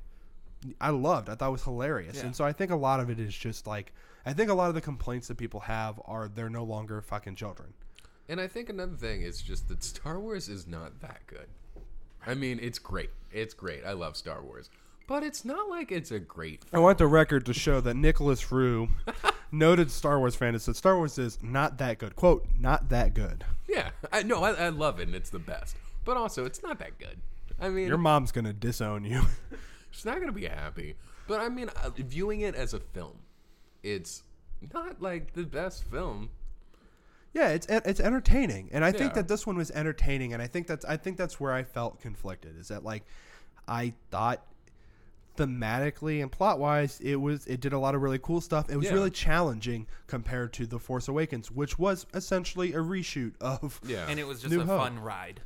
B: I loved. I thought was hilarious,
C: Yeah.
B: and so I think a lot of it is just like I think a lot of the complaints that people have are they're no longer fucking children.
A: And I think another thing is just that Star Wars is not that good. I mean, it's great. It's great. I love Star Wars. But it's not like it's a great
B: I want the record to show that Nicholas Rue, noted Star Wars fan, has said Star Wars is not that good. Quote, not that good.
A: Yeah. I no, I, I love it and it's the best. But also it's not that good. I mean
B: Your mom's gonna disown you.
A: she's not gonna be happy. But I mean uh, viewing it as a film, it's not like the best film.
B: yeah, it's e, it's entertaining, and I think
A: Yeah.
B: that this one was entertaining, and I think that's I think that's where I felt conflicted. Is that like I thought thematically and plot wise, it was it did a lot of really cool stuff. It was
A: Yeah.
B: really challenging compared to the Force Awakens, which was essentially a reshoot of
A: Yeah.
C: And it was just
B: New
C: a
B: Hope.
C: fun ride.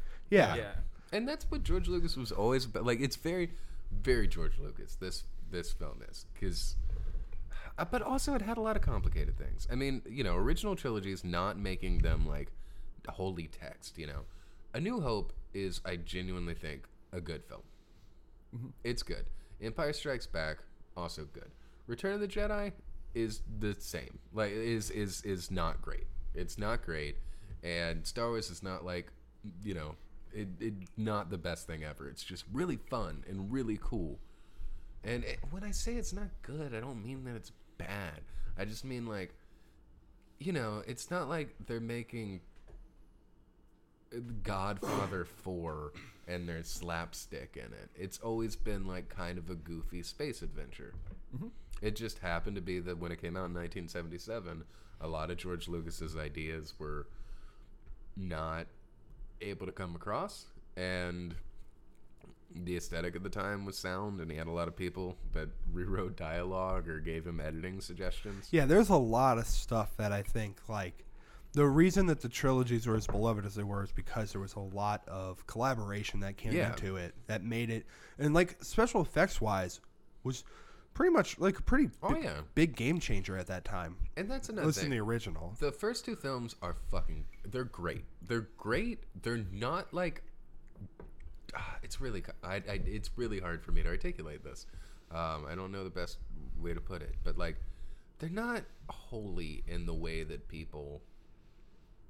B: yeah.
C: Yeah.
A: And that's what George Lucas was always about. Like it's very, very George Lucas. This this film is because, but also it had a lot of complicated things. I mean, you know, original trilogies not making them like holy text. You know, A New Hope is I genuinely think a good film. It's good. Empire Strikes Back also good. Return of the Jedi is the same. Like is is is not great. It's not great, and Star Wars is not like you know it, it not the best thing ever. It's just really fun and really cool. And it, when I say it's not good, I don't mean that it's bad. I just mean like you know it's not like they're making Godfather 4 and there's slapstick in it. It's always been like kind of a goofy space adventure.
B: Mm-hmm.
A: It just happened to be that when it came out in 1977, a lot of George Lucas's ideas were not able to come across and the aesthetic at the time was sound and he had a lot of people that rewrote dialogue or gave him editing suggestions.
B: Yeah, there's a lot of stuff that I think like the reason that the trilogies were as beloved as they were is because there was a lot of collaboration that came
A: Yeah.
B: into it that made it and like special effects wise was pretty much like a pretty
A: Oh,
B: big,
A: yeah.
B: big game changer at that time.
A: And that's another
B: Listen
A: thing.
B: to the original.
A: The first two films are fucking. They're great. They're great. They're not like. Ah, It's really. co- I, I, it's really hard for me to articulate this. Um, I don't know the best way to put it, but like, they're not holy in the way that people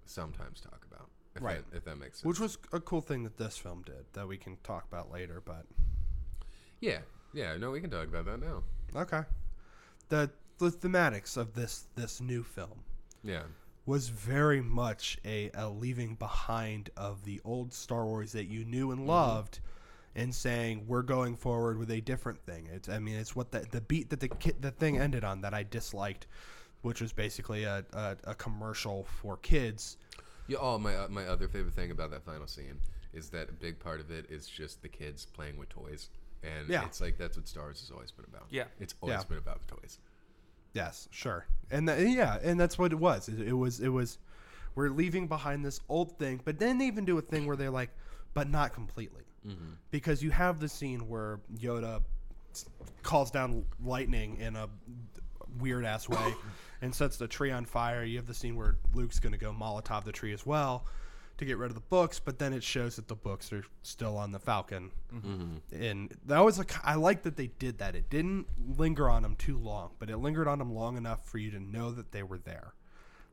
A: sometimes talk about. If
B: Right.
A: That, if that makes sense.
B: Which was a cool thing that this film did that we can talk about later, but
A: yeah. Yeah. No, we can talk about that now.
B: okay. The the thematics of this this new film
A: Yeah.
B: was very much a, a leaving behind of the old Star Wars that you knew and loved, and saying we're going forward with a different thing. It's I mean it's what the the beat that the ki- the thing ended on that I disliked, which was basically a a, a commercial for kids.
A: Yeah. Oh, my uh, my other favorite thing about that final scene is that a big part of it is just the kids playing with toys, and
B: Yeah.
A: it's like that's what Star Wars has always been about.
C: Yeah.
A: it's always
B: Yeah.
A: been about the toys.
B: Yes, sure, and tha- yeah, and that's what it was. It, it was it was we're leaving behind this old thing, but then they even do a thing where they're like, but not completely, because you have the scene where Yoda s- calls down lightning in a weird ass way and sets the tree on fire. You have the scene where Luke's going to go Molotov the tree as well to get rid of the books, but then it shows that the books are still on the Falcon. And that was a ki- I like that they did that. It didn't linger on them too long, but it lingered on them long enough for you to know that they were there.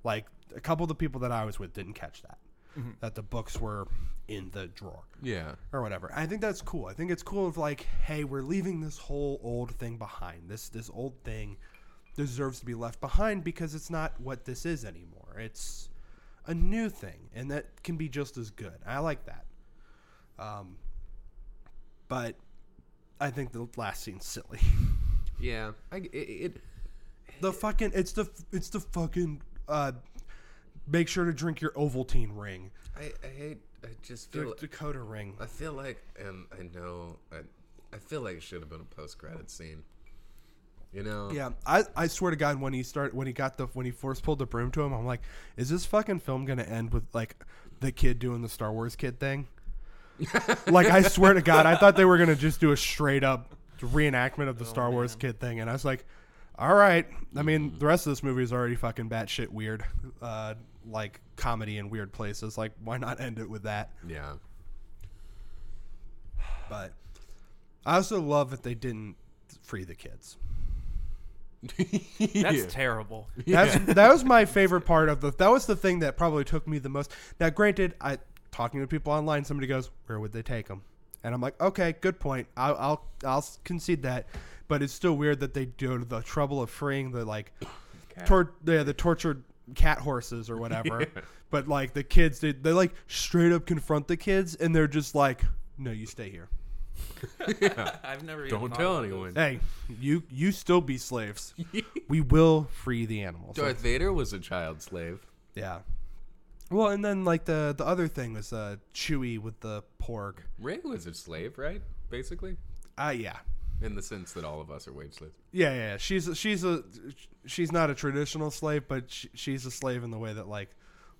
B: Like a couple of the people that I was with didn't catch that. That the books were in the drawer
A: Yeah.
B: or whatever. I think that's cool. I think it's cool of like, hey, we're leaving this whole old thing behind. This this old thing deserves to be left behind because it's not what this is anymore. It's a new thing, and that can be just as good. I like that. Um, but I think the last scene's silly.
A: Yeah. I, it, it,
B: the fucking it's the it's the fucking uh, make sure to drink your Ovaltine ring,
A: I, I hate. I just
B: the
A: feel.
B: Dakota ring.
A: I feel like, and I know, I, I feel like it should have been a post-credit scene. You know?
B: Yeah, I, I swear to God, when he start when he got the when he force pulled the broom to him, I'm like, is this fucking film gonna end with like the kid doing the Star Wars kid thing? like I swear to God, I thought they were gonna just do a straight up reenactment of the Star Wars kid thing, and I was like, all right. I mean, the rest of this movie is already fucking batshit weird, uh, like comedy in weird places. Like, why not end it with that?
A: Yeah.
B: But I also love that they didn't free the kids.
C: That's terrible.
B: That's that was my favorite part of the. That was the thing that probably took me the most. Now, granted, I talking to people online, somebody goes, "Where would they take them?" And I'm like, "Okay, good point. I'll I'll, I'll concede that." But it's still weird that they go to the trouble of freeing the like, tor- yeah, the tortured cat horses or whatever. But like the kids, they they like straight up confront the kids, and they're just like, "No, you stay here.
C: I've never. Even
A: Don't
C: thought
A: tell
C: about
A: anyone.
C: this.
B: Hey, you you still be slaves. we will free the animals."
A: Darth Vader was a child slave.
B: Yeah. Well, and then like the the other thing was uh Chewy with the porg.
A: Ray was a slave, right? Basically,
B: Ah, yeah.
A: in the sense that all of us are wage slaves.
B: yeah, yeah, yeah. She's a, she's a she's not a traditional slave, but she, she's a slave in the way that like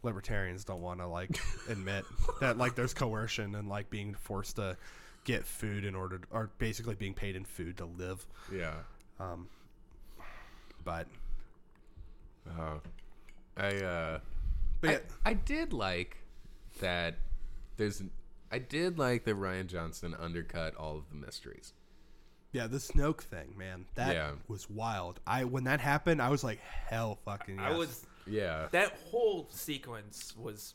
B: libertarians don't want to like admit that like there's coercion and like being forced to get food in order or basically being paid in food to live.
A: Yeah.
B: Um, but
A: Oh. I uh.
B: but yeah,
A: I, I did like that. There's. I did like that Ryan Johnson undercut all of the mysteries.
B: yeah, the Snoke thing, man, that
A: Yeah.
B: was wild. I when that happened, I was like, hell, fucking.
C: I
B: yes.
C: was.
A: Yeah,
C: That whole sequence was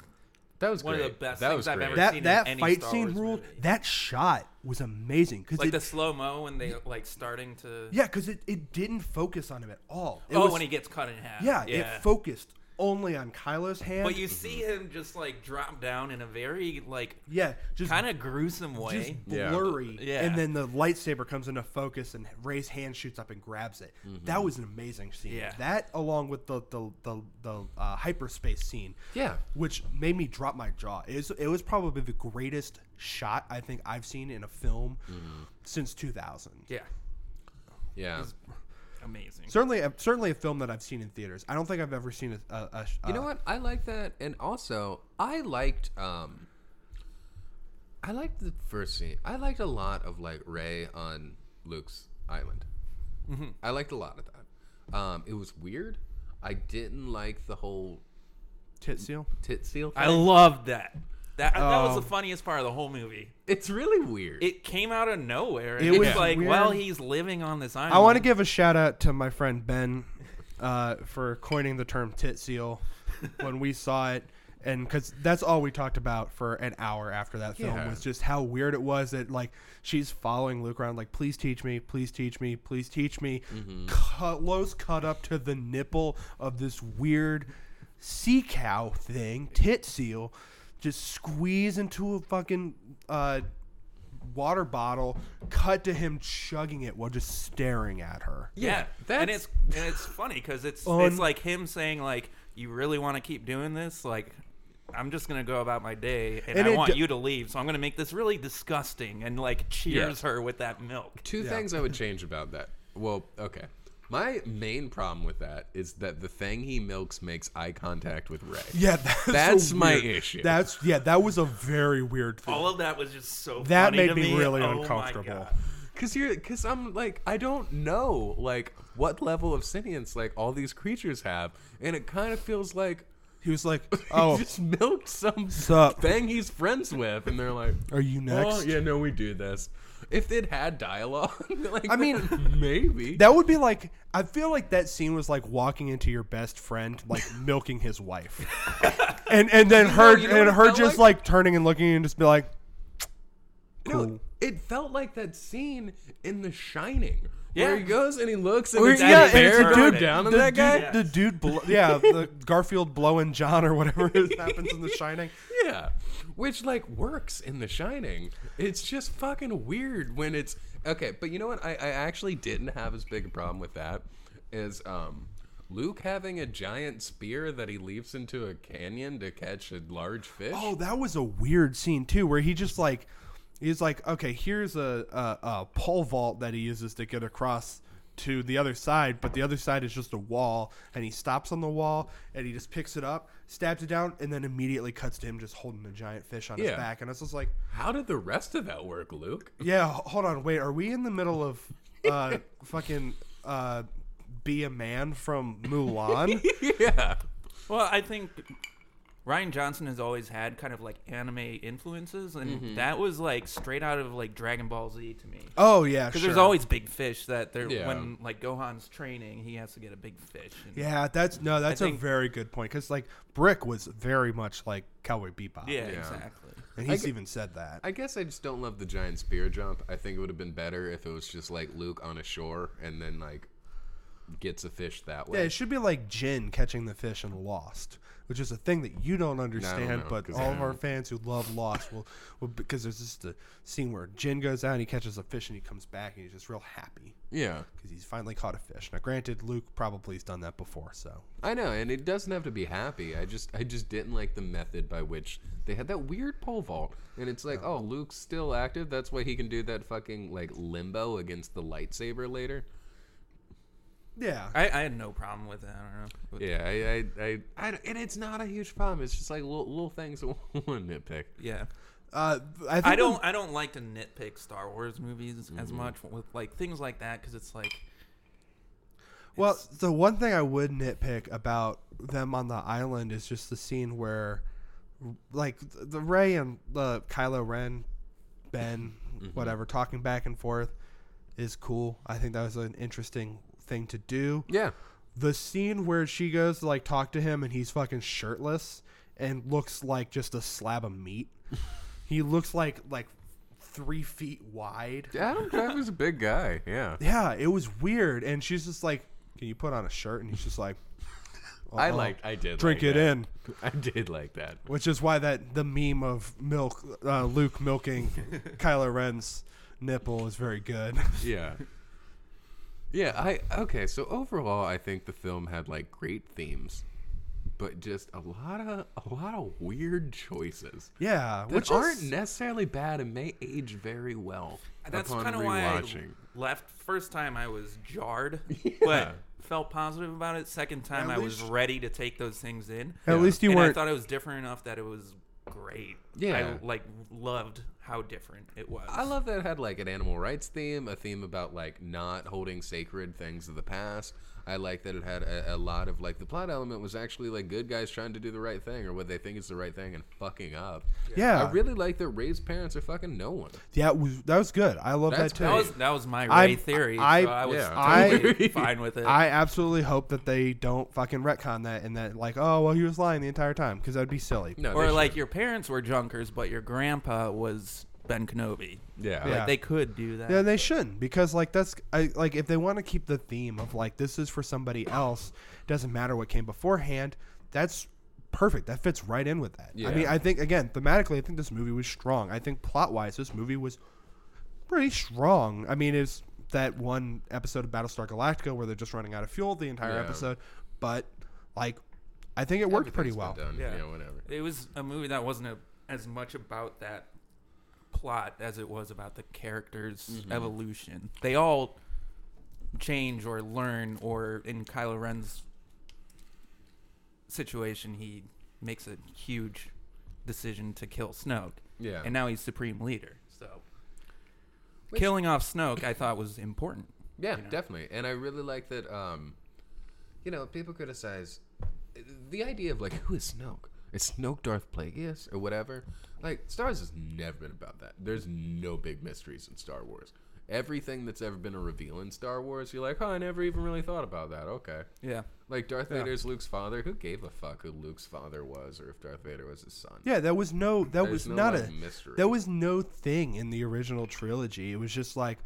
A: that was
C: one of
A: great.
C: the best
A: That
C: things
A: was
C: I've
A: great.
C: ever seen.
B: that that
C: in any
B: fight
C: Star
B: scene
C: Wars
B: ruled.
C: movie.
B: That shot was amazing because
C: like
B: it,
C: the slow mo when they like starting to.
B: yeah, because it, it didn't focus on him at all. It
C: oh,
B: was-
C: when he gets cut in half.
B: yeah, it focused only on Kylo's hand.
C: but you see him just like drop down in a very like
B: yeah, just
C: kind of gruesome
B: just
C: way.
A: Yeah.
B: blurry,
C: Yeah.
B: and then the lightsaber comes into focus, and Ray's hand shoots up and grabs it. That was an amazing scene.
C: Yeah.
B: That along with the the the, the uh, hyperspace scene.
A: Yeah.
B: which made me drop my jaw. It was it was probably the greatest shot I think I've seen in a film since 2000.
C: Yeah,
A: Yeah,
C: amazing.
B: Certainly, a, certainly a film that I've seen in theaters. I don't think I've ever seen a. a, a
A: you know what? I like that, and also I liked. um I liked the first scene. I liked a lot of like Ray on Luke's island.
C: Mm-hmm.
A: I liked a lot of that. Um, it was weird. I didn't like the whole
B: tit seal.
A: tit seal. Thing.
C: I loved that. That that was
B: Oh.
C: the funniest part of the whole movie.
A: it's really weird.
C: It came out of nowhere. And
B: It
C: it's
B: was
C: like,
B: weird.
C: well, he's living on this island.
B: I want to give a shout out to my friend Ben uh, for coining the term tit seal when we saw it. And because that's all we talked about for an hour after that film
A: Yeah.
B: was just how weird it was that like she's following Luke around like please teach me please teach me please teach me
A: Mm-hmm.
B: close cut up to the nipple of this weird sea cow thing tit seal just squeeze into a fucking uh, water bottle cut to him chugging it while just staring at her
C: Yeah,
A: that's-
C: and it's and it's funny because it's
B: Un-
C: it's like him saying like, "You really want to keep doing this? Like, I'm just gonna go about my day, and,
B: And
C: I
B: it
C: want
B: d-
C: you to leave. So I'm gonna make this really disgusting." And like cheers her with that milk.
A: Two things I would change about that. Well, okay. My main problem with that is that the thing he milks makes eye contact with Ray.
B: yeah that's, so
A: That's my
B: weird.
A: issue.
B: that's yeah that was a very weird thing
C: All of that was just so
B: that
C: funny
B: made
C: to
B: me really
C: Oh my
B: uncomfortable
C: God.
A: Cause you're, cause I'm like, I don't know, like what level of sentience like all these creatures have, and it kind of feels like
B: He was like,
A: oh,
B: "Oh,
A: just milked some
B: Sup?
A: thing he's friends with, and they're like,
B: are you next?"
A: oh yeah, no, we do this. If it had dialogue, like
B: I mean,
A: maybe
B: That would be like I feel like that scene was like walking into your best friend like milking his wife. and and then her
A: you know what
B: and
A: it
B: her
A: felt
B: just
A: like?
B: like? turning and looking and just be like
A: No, it felt like that scene in The Shining where
C: Yeah.
A: he goes and he looks and
B: Where-
A: it's
B: yeah,
A: yeah,
B: and it's
A: bear
B: a
A: going
B: dude-
A: down on
B: the
A: that
B: dude-
A: guy.
B: The dude blo- yeah, the Garfield blowing John or whatever it happens in the shining.
A: Yeah, which like works in The Shining. It's just fucking weird when it's okay. But you know what? I, I actually didn't have as big a problem with that as um, Luke having a giant spear that he leaps into a canyon to catch a large fish.
B: Oh, that was a weird scene too, where he just like he's like, okay, here's a, a, a pole vault that he uses to get across to the other side, but the other side is just a wall, and he stops on the wall and he just picks it up, stabs it down, and then immediately cuts to him just holding a giant fish on
A: Yeah.
B: his back, and it's just like,
A: How did the rest of that work, Luke?
B: yeah, h- hold on, wait, are we in the middle of uh fucking uh be a man from Mulan?
A: yeah,
C: Well, I think Ryan Johnson has always had kind of like anime influences, and that was like straight out of like Dragon Ball Z to me.
B: oh yeah,
C: Because
B: sure.
C: there's always big fish that there
A: Yeah.
C: when like Gohan's training, he has to get a big fish. and-
B: Yeah, that's no, that's a
C: think-
B: very good point because like Brick was very much like Cowboy Bebop,
C: yeah,
A: Yeah.
C: exactly.
B: and he's
A: I g-
B: even said that.
A: I guess I just don't love the giant spear jump. I think it would have been better if it was just like Luke on a shore and then like gets a fish that
B: yeah,
A: way.
B: it should be like Jin catching the fish in Lost, which is a thing that you don't understand,
A: know,
B: but
A: 'cause I
B: all of
A: don't
B: our fans who love Lost will, will because there's just a scene where Jin goes out and he catches a fish and he comes back and he's just real happy
A: yeah.
B: because he's finally caught a fish. Now, granted, Luke probably has done that before, so
A: I know, and it doesn't have to be happy. I just I just didn't like the method by which they had that weird pole vault. And it's like, oh, Luke's still active. That's why he can do that fucking like limbo against the lightsaber later.
B: yeah,
C: I, I had no problem with it. I don't know. But-
A: Yeah, I, I, I, I and it's not a huge problem. It's just like little, little things. One nitpick.
C: yeah.
B: uh, I, think
C: I
B: the-
C: don't I don't like to nitpick Star Wars movies as much with like things like that because it's like
B: Well,
C: It's-
B: the one thing I would nitpick about them on the island is just the scene where, like, the Ray and the Kylo Ren, Ben, whatever, talking back and forth is cool. I think that was an interesting thing to do.
A: Yeah,
B: The scene where she goes to like talk to him and he's fucking shirtless and looks like just a slab of meat. he looks like like three feet wide.
A: Adam Driver's a big guy. Yeah,
B: Yeah, it was weird. And she's just like, "Can you put on a shirt?" And he's just like,
A: I
B: "Uh-uh."
A: liked. I did
B: Drink
A: like
B: it
A: that.
B: in,
A: I did like that.
B: which is why that the meme of milk uh, Luke milking Kylo Ren's nipple is very good.
A: yeah yeah i okay so overall i think the film had like great themes but just a lot of a lot of weird choices
B: Yeah,
A: which
B: which is-
A: aren't necessarily bad and may age very well
C: that's
A: upon
C: kind of why I
A: rewatching
C: left. First time I was jarred,
A: Yeah.
C: but felt positive about it. Second time
B: At
C: I was
B: least-
C: ready to take those things in.
B: at least you
C: and I
B: weren't.
C: thought it was different enough that it was great.
A: Yeah.
C: I like loved how different it was.
A: I love that it had like an animal rights theme, a theme about like not holding sacred things of the past. I like that it had a, a lot of like the plot element was actually like good guys trying to do the right thing or what they think is the right thing and fucking up.
B: Yeah.
A: I really like that Ray's parents are fucking no one.
B: yeah, it was that was good. I love
A: That's
B: that too.
C: that was that was my
B: I-
C: Ray theory.
B: I-
C: so I was
A: yeah.
B: I-
C: totally fine with it.
B: I absolutely hope that they don't fucking retcon that and that like, oh well, he was lying the entire time because that'd be silly.
A: No,
C: or
A: they
C: like your parents were junkers, but your grandpa was Ben Kenobi.
A: Yeah.
B: Yeah.
C: Like they could do that.
B: Yeah, they shouldn't because like that's I, like if they want to keep the theme of like this is for somebody else, doesn't matter what came beforehand. That's perfect. That fits right in with that. I mean,
A: Yeah.
B: I think again thematically, I think this movie was strong. I think plot wise, this movie was pretty strong. I mean, it's that one episode of Battlestar Galactica where they're just running out of fuel the entire
A: Yeah.
B: episode, but like I think it worked pretty
A: Everything's
B: well.
A: been done,
C: Yeah.
A: yeah, whatever.
C: It was a movie that wasn't a, as much about that plot as it was about the characters' evolution. They all change or learn, or in Kylo Ren's situation, he makes a huge decision to kill Snoke,
A: Yeah.
C: and now he's supreme leader. So killing off Snoke, I thought was important.
A: Yeah,
C: know?
A: definitely. And I really like that. Um, you know, people criticize the idea of like, who is Snoke? Is Snoke Darth Plagueis or whatever? Like, Star Wars has never been about that. There's no big mysteries in Star Wars. Everything that's ever been a reveal in Star Wars, you're like, oh, I never even really thought about that. Okay.
C: Yeah.
A: Like Darth
B: Yeah.
A: Vader's Luke's father. Who gave a fuck who Luke's father was, or if Darth Vader was his son?
B: Yeah, that was no that
A: There's
B: was
A: no,
B: not
A: like,
B: a
A: mystery.
B: That was no thing in the original trilogy. It was just like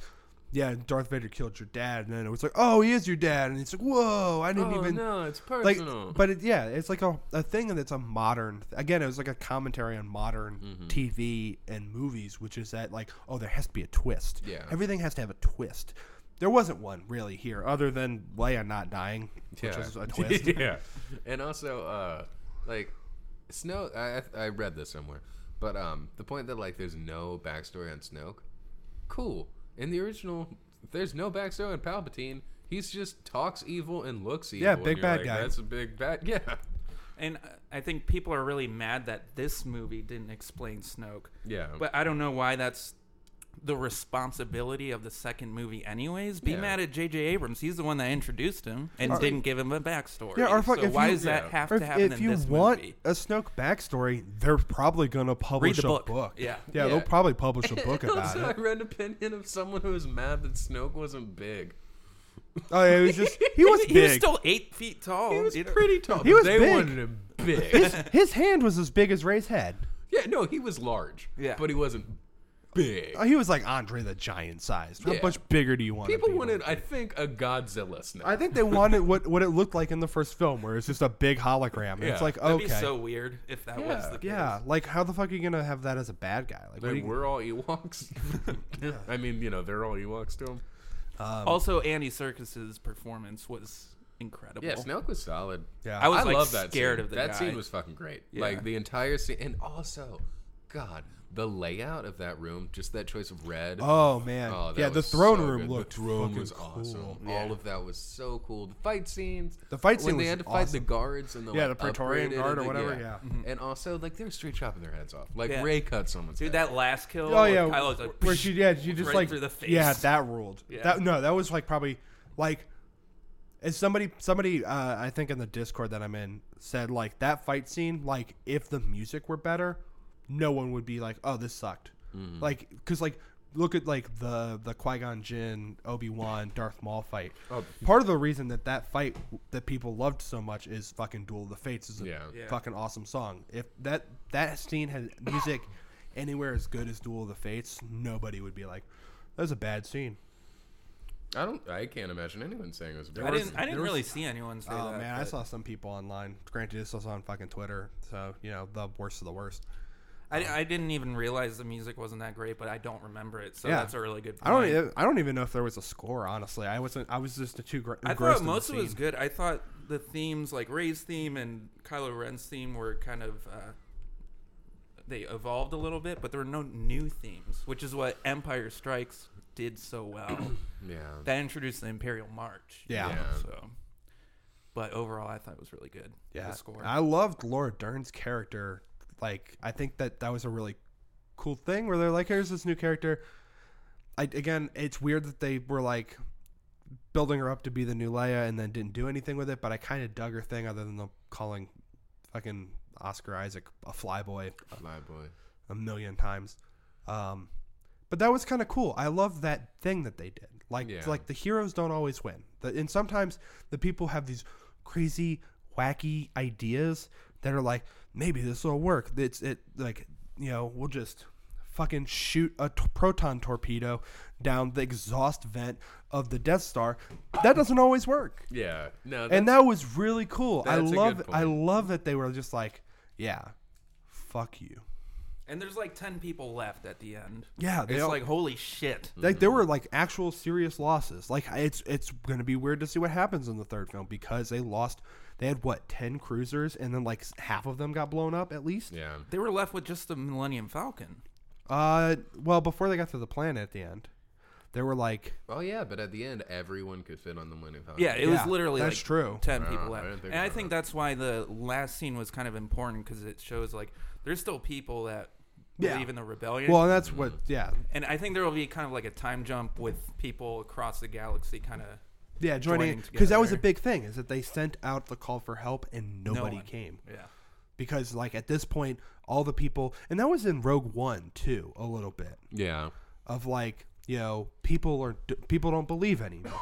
B: yeah, Darth Vader killed your dad, and then it was like, oh, he is your dad, and it's like, whoa, I didn't
A: Oh
B: even
A: no, it's
B: like.
A: personal.
B: But it, yeah, it's like a, a thing that's a modern. Again, it was like a commentary on modern
A: Mm-hmm.
B: TV and movies, which is that like, oh, there has to be a twist.
A: Yeah.
B: everything has to have a twist. There wasn't one really here, other than Leia not dying, which
A: Yeah.
B: was a twist.
A: yeah. And also, uh, like, Snoke. I, I I read this somewhere, but um, the point that like there's no backstory on Snoke. Cool. In the original, there's no backstory on Palpatine. He's just talks evil and looks evil.
B: Yeah,
A: and
B: big
A: you're
B: bad
A: like,
B: guy.
A: That's a big bad. Yeah.
C: And uh, I think people are really mad that this movie didn't explain Snoke.
A: Yeah.
C: But I don't know why that's the responsibility of the second movie, anyways. Be
A: Yeah.
C: mad at J.J. Abrams. He's the one that introduced him and didn't give him a backstory.
B: Yeah, or if-
C: so
B: if
C: why
B: you-
C: does that
A: Yeah.
C: have
B: Or
C: to happen
B: if, if
C: in
B: you
C: this
B: want
C: movie?
B: a Snoke backstory, they're probably going to publish
C: the
B: a
C: book.
B: book.
C: Yeah.
B: yeah,
A: Yeah.
B: they'll probably publish a book
A: And
B: about
A: also,
B: it.
A: I read an opinion of someone who was mad that Snoke wasn't big.
B: Oh, yeah, it was just he was
C: he,
B: big.
C: was still eight feet tall.
A: He was
C: You know?
A: pretty tall.
B: He
A: but
B: was
A: they
B: big.
A: wanted him big.
B: His hand was as big as Ray's head.
A: yeah, no, he was large.
C: Yeah.
A: But he wasn't big.
B: Oh, he was like Andre the Giant sized. How
A: Yeah.
B: much bigger do you want?
A: People
B: to be?
A: wanted, I think, a Godzilla Snoke.
B: I think they wanted what what it looked like in the first film, where it's just a big hologram. And It's
A: Yeah.
B: like
C: That'd
B: okay,
C: be so weird if that was the case.
B: yeah, like how the fuck are you gonna have that as a bad guy? Like, what are
A: They
B: you-
A: were all Ewoks. I mean, you know, they're all Ewoks to them.
C: also, Andy Circus's performance was incredible.
A: Yeah, Snoke was solid.
B: yeah,
C: I was like
A: love that
C: scared
A: scene.
C: of the
A: that
C: guy.
A: scene was fucking great.
C: Yeah.
A: Like the entire scene, and also, God, the layout of that room, just that choice of red.
B: oh man,
A: Oh, that
B: yeah, the
A: was
B: throne
A: so
B: room
A: good.
B: looked
A: the throne
B: fucking
A: was
B: cool.
A: awesome. All of that was so cool. The fight scenes,
B: The fight
A: when
B: scene
A: they
B: was
A: had to fight the
B: awesome.
A: guards and the
B: Yeah,
A: like,
B: the Praetorian
A: upgraded
B: guard or
A: and the-
B: whatever, yeah.
A: and also like they were straight chopping their heads off. Like
C: Mm-hmm. Yeah.
A: Ray cut someone's
C: Dude,
A: head.
C: that last kill.
B: Oh yeah,
C: Kylo's
B: wh-
C: like,
B: where she yeah she just
C: right
B: like
C: through the face.
B: yeah that ruled.
C: Yeah.
B: That no, that was like probably like as somebody somebody uh, I think in the Discord that I'm in said like that fight scene like if the music were better, no one would be like oh this sucked
A: Mm-hmm.
B: like because like look at like the the Qui Gon Jinn Obi Wan Darth Maul fight.
A: Oh.
B: Part of the reason that that fight that people loved so much is fucking Duel of the Fates is a
A: Yeah.
C: Yeah.
B: fucking awesome song. If that that scene had music anywhere as good as Duel of the Fates, nobody would be like, "That was a bad scene."
A: I don't. I can't imagine anyone saying it was.
C: I didn't. I didn't
B: there was-
C: really see anyone say
B: Oh
C: that.
B: man, I
C: but
B: saw some people online. Granted, this was on fucking Twitter, so you know the worst of the worst.
C: I, I didn't even realize the music wasn't that great, but I don't remember it. So
B: Yeah.
C: that's a really good.
B: I
C: Point.
B: don't. e- I don't even know if there was a score. Honestly, I wasn't. I was just too. Gr-
C: I
B: engrossed
C: thought
B: in
C: most
B: the
C: of it was
B: scene.
C: good. I thought the themes, like Ray's theme and Kylo Ren's theme, were kind of uh, they evolved a little bit, but there were no new themes, which is what Empire Strikes did so well.
A: Yeah.
C: that introduced the Imperial March. you
B: Yeah.
C: know,
A: Yeah.
C: So, but overall, I thought it was really good.
B: Yeah,
C: The score.
B: I loved Laura Dern's character. Like, I think that that was a really cool thing where they're like, "Here's this new character." I again, it's weird that they were like building her up to be the new Leia and then didn't do anything with it. But I kind of dug her thing, other than the calling fucking Oscar Isaac a flyboy
A: Fly boy.
B: a million times. Um, but that was kind of cool. I love that thing that they did. Like
A: Yeah.
B: like the heroes don't always win, the, and sometimes the people have these crazy, wacky ideas that are like maybe this will work. It's it like you know we'll just fucking shoot a t- proton torpedo down the exhaust vent of the Death Star. That doesn't always work
A: Yeah. No.
B: and that was really cool. I
A: That's a good
B: love I
A: point.
B: love that they were just like, yeah, fuck you.
C: and there's like ten people left at the end.
B: Yeah, they
C: It's
B: all-
C: like holy shit.
B: like there were like actual serious losses. Like it's it's going to be weird to see what happens in the third film because they lost they had what 10 cruisers and then like s- half of them got blown up at least.
A: yeah.
C: They were left with just the Millennium Falcon.
B: Uh well, before they got to the planet at the end, there were like
A: Oh yeah, but at the end, everyone could fit on the Millennium Falcon.
C: Yeah, it
B: Oh, Yeah,
C: was literally
B: that's
C: like
B: true.
C: ten
A: Wow,
C: people
A: Uh-huh. I
C: left,
A: didn't think
C: and I
A: about
C: think that's why the last scene was kind of important because it shows like there's still people that
B: Yeah.
C: believe in the rebellion.
B: Well, and that's what. Yeah,
C: and I think there will be kind of like a time jump with people across the galaxy, kind of.
B: yeah, joining
C: Joining
B: because that was a
C: together.
B: big thing is that they sent out the call for help and nobody
C: one.
B: came
C: Yeah.
B: because like at this point all the people and that was in Rogue One too a little bit
A: Yeah.
B: of like you know people are d- people don't believe anymore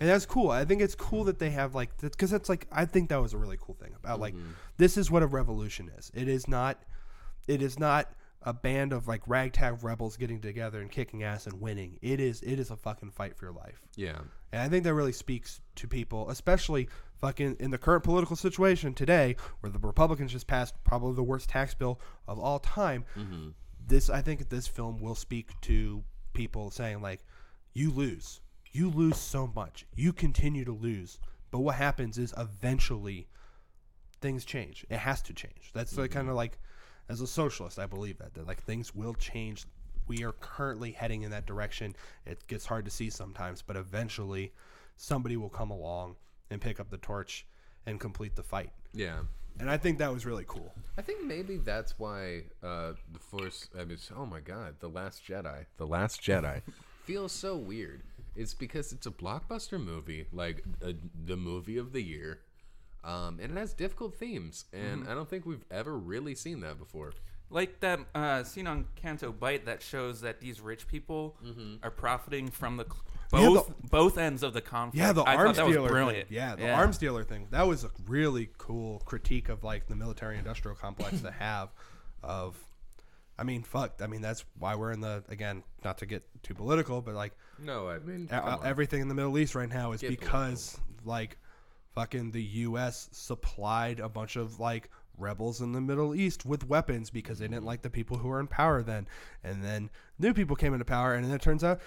B: and that's cool i think it's cool that they have like because that's like i think that was a really cool thing about like this is what a revolution is it is not it is not a band of like ragtag rebels getting together and kicking ass and winning it is it is a fucking fight for your life
A: Yeah.
B: and i think that really speaks to people especially fucking in the current political situation today where the republicans just passed probably the worst tax bill of all time this I think this film will speak to people saying like, you lose, you lose so much, you continue to lose, but what happens is eventually things change. It has to change. That's
C: Mm-hmm.
B: like kind of like, as a socialist, I believe that that like things will change. We are currently heading in that direction. It gets hard to see sometimes, but eventually, somebody will come along and pick up the torch and complete the fight.
A: Yeah.
B: And I think that was really cool.
A: I think maybe that's why uh, the Force. I mean, oh my God, the Last Jedi, the Last Jedi, feels so weird. It's because it's a blockbuster movie, like uh, the movie of the year, um, and it has difficult themes, and I don't think we've ever really seen that before.
C: Like that uh, scene on Canto Bite that shows that these rich people
A: Mm-hmm.
C: are profiting from the cl-
B: Yeah,
C: both both ends of the conflict.
B: Yeah, the
C: I
B: arms
C: thought that
B: dealer.
C: was brilliant.
B: Thing. Yeah, the arms dealer thing. That was a really cool critique of like the military-industrial complex to have. Of, I mean, fuck. I mean, that's why we're in the again. Not to get too political, but like
A: No, I mean,
B: e- everything in the Middle East right now is
A: Get
B: because like fucking the U.S. supplied a bunch of like rebels in the Middle East with weapons because they didn't like the people who were in power then, and then new people came into power, and then it turns out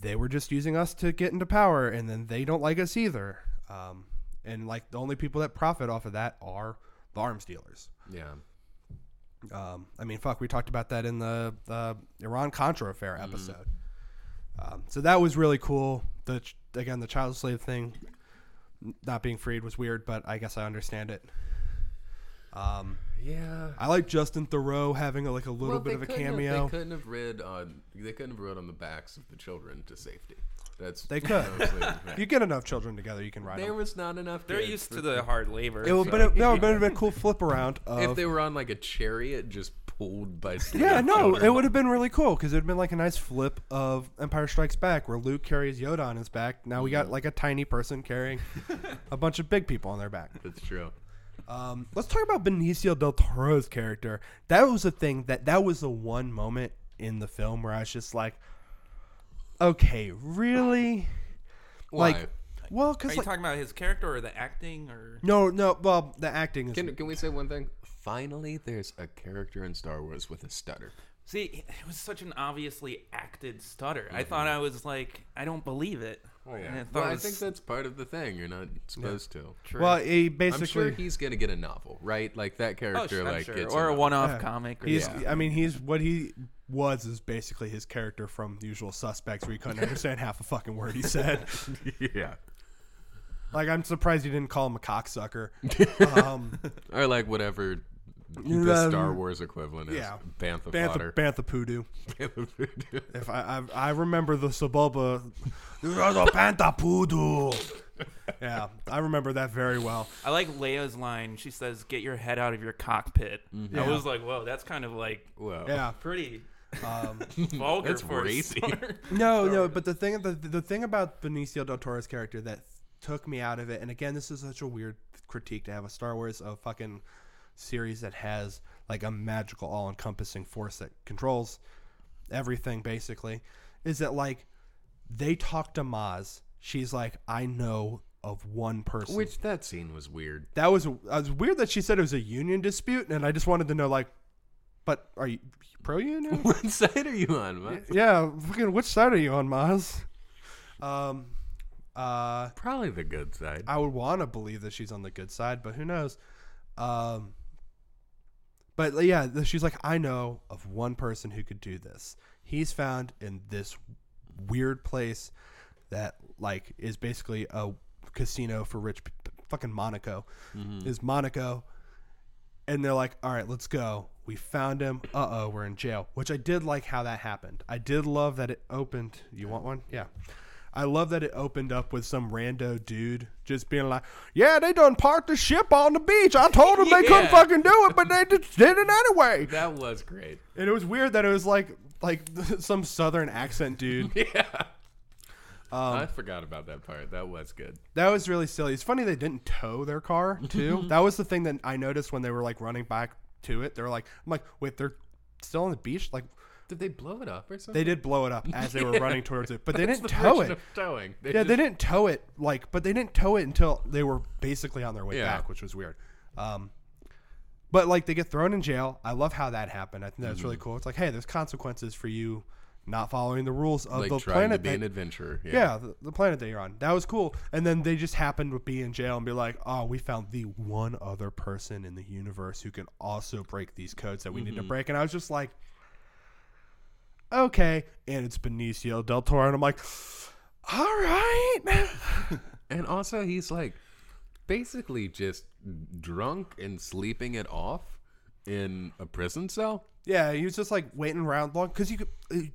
B: they were just using us to get into power, and then they don't like us either. Um, and like the only people that profit off of that are the arms dealers.
A: yeah,
B: Um, I mean, fuck, we talked about that in the, the Iran Contra affair episode. Um, so that was really cool. The ch- again, the child slave thing, n- not being freed was weird, but I guess I understand it. Um,
A: yeah.
B: I like Justin Thoreau having a, like a little
A: Well,
B: bit
A: they
B: of a
A: couldn't have-
B: cameo.
A: they couldn't have read on. They couldn't have read on the backs of the children to safety. That's
B: They could.
A: mostly the fact.
B: you get enough children together, you can ride.
A: there
B: Them.
A: was not enough.
C: They're
A: kids
C: used
A: for-
C: to the hard labor.
B: It would
C: so-
B: but it, no, but it would have been a cool flip around. Of,
A: If they were on like a chariot, just pulled by.
B: Yeah,
A: slave
B: no,
A: children.
B: it would have been really cool because it would have been like a nice flip of Empire Strikes Back where Luke carries Yoda on his back. Now we
A: Mm.
B: got like a tiny person carrying a bunch of big people on their back.
A: That's true.
B: Um, let's talk about Benicio del Toro's character. That was a thing that that was the one moment in the film where I was just like, okay, really?
A: Why?
B: Like, well,
C: Are
B: because
C: you
B: like,
C: talking about his character or the acting or?
B: no, no, well, the acting is
A: can can we say one thing? Finally, there's a character in Star Wars with a stutter.
C: See, it was such an obviously acted stutter. I thought I was like, I don't believe it. And I thought
A: Mm-hmm. Oh, well,
C: it
A: I
C: was
A: think that's part of the thing. You're not supposed to.
C: true.
B: well, he
A: I'm sure
B: basically
A: he's gonna get a novel, right? Like that
C: oh,
A: character,
C: sure, I'm
A: like
C: sure.
A: gets
C: or a
A: novel.
C: one-off
B: Yeah.
C: comic. Or
B: He's,
C: something.
B: I mean, he's what he was is basically his character from The Usual Suspects, where you couldn't understand half a fucking word he said.
A: yeah.
B: Like, I'm surprised you didn't call him a cocksucker. Um,
A: Or like whatever the
B: Um,
A: Star Wars equivalent is.
B: yeah.
A: Bantha,
B: Bantha,
A: fodder.
B: Bantha Poodoo.
A: Bantha.
B: If I, I I remember the Sabubba, "There's a Bantha Poodoo. Yeah, I remember that very well.
C: I like Leia's line. She says, "Get your head out of your cockpit." I
A: Mm-hmm.
B: Yeah.
C: was like, "Whoa, that's kind of like
A: Whoa.
B: Yeah.
C: pretty
B: Um,
C: vulgar
A: That's
C: for a
A: racy.
C: stutter."
B: No, no, but the thing the, the thing about Benicio del Toro's character that took me out of it, and again, this is such a weird critique to have a Star Wars a fucking series that has like a magical all encompassing force that controls everything basically, is that like they talk to Maz. She's like, I know of one person.
A: Which that scene was weird.
B: that was, it was weird that she said it was a union dispute, and I just wanted to know like, but are you pro union?
A: what side are you on? Mike?
B: yeah, fucking which side are you on, Maz? Um, uh,
A: Probably the good side.
B: I would want to believe that she's on the good side, but who knows? Um, but like, yeah, th- she's like, I know of one person who could do this. He's found in this weird place that like is basically a casino for rich p- p- fucking Monaco. Is Monaco and they're like, "All right, let's go." We found him. Uh oh, we're in jail. Which I did like how that happened. I did love that it opened. You want one? Yeah. I love that it opened up with some rando dude just being like, "Yeah, they done parked the ship on the beach. I told them they couldn't
A: Yeah.
B: fucking do it, but they just did it anyway."
A: That was great.
B: And it was weird that it was like like some southern accent dude.
A: Yeah.
B: Um,
A: I forgot about that part. That was good.
B: That was really silly. It's funny they didn't tow their car too. that was the thing that I noticed when they were like running back to it. They were like, "I'm like, wait, they're still on the beach." Like
A: Did they blow it up or something?
B: they did blow it up as they were running towards it, but they
A: That's
B: didn't
A: the
B: tow
A: version
B: it.
A: Of towing. They
B: yeah,
A: just-
B: they didn't tow it. Like, but they didn't tow it until they were basically on their way
A: Yeah.
B: back, which was weird. Um, but like they get thrown in jail. I love how that happened. I think that's
A: Mm-hmm.
B: really cool. It's like, hey, there's consequences for you not following the rules of
A: like
B: the
A: trying to
B: planet
A: be
B: that
A: an adventurer.
B: yeah, the, the planet that you're on. That was cool. And then they just happened to be in jail and be like, oh, we found the one other person in the universe who can also break these codes that we need to break. And I was just like, okay. And it's Benicio del Toro. And I'm like, all right.
A: And also, he's like basically just drunk and sleeping it off in a prison cell.
B: yeah, he was just like waiting around long because you could,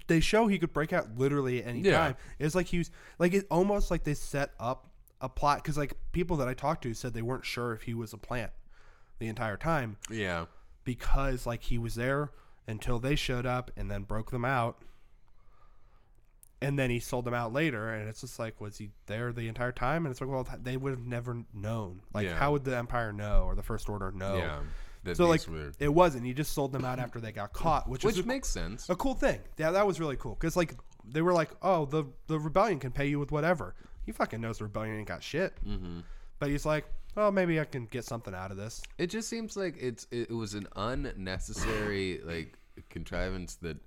B: they show he could break out literally at any
A: Yeah.
B: time. It's like he was like, it almost like they set up a plot because like people that I talked to said they weren't sure if he was a plant the entire time.
A: Yeah.
B: because like he was there until they showed up and then broke them out and then he sold them out later and it's just like was he there the entire time and it's like well th- they would have never known like
A: Yeah.
B: how would the empire know or the first order know
A: Yeah. That
B: Oh. so like
A: these were-
B: it wasn't he just sold them out after they got caught which,
A: which
B: is
A: makes sense.
B: a cool thing yeah that was really cool because like they were like oh the the rebellion can pay you with whatever he fucking knows the rebellion ain't got shit mm-hmm. but he's like oh maybe i can get something out of this
A: It just seems like it's it, it was an unnecessary like contrivance that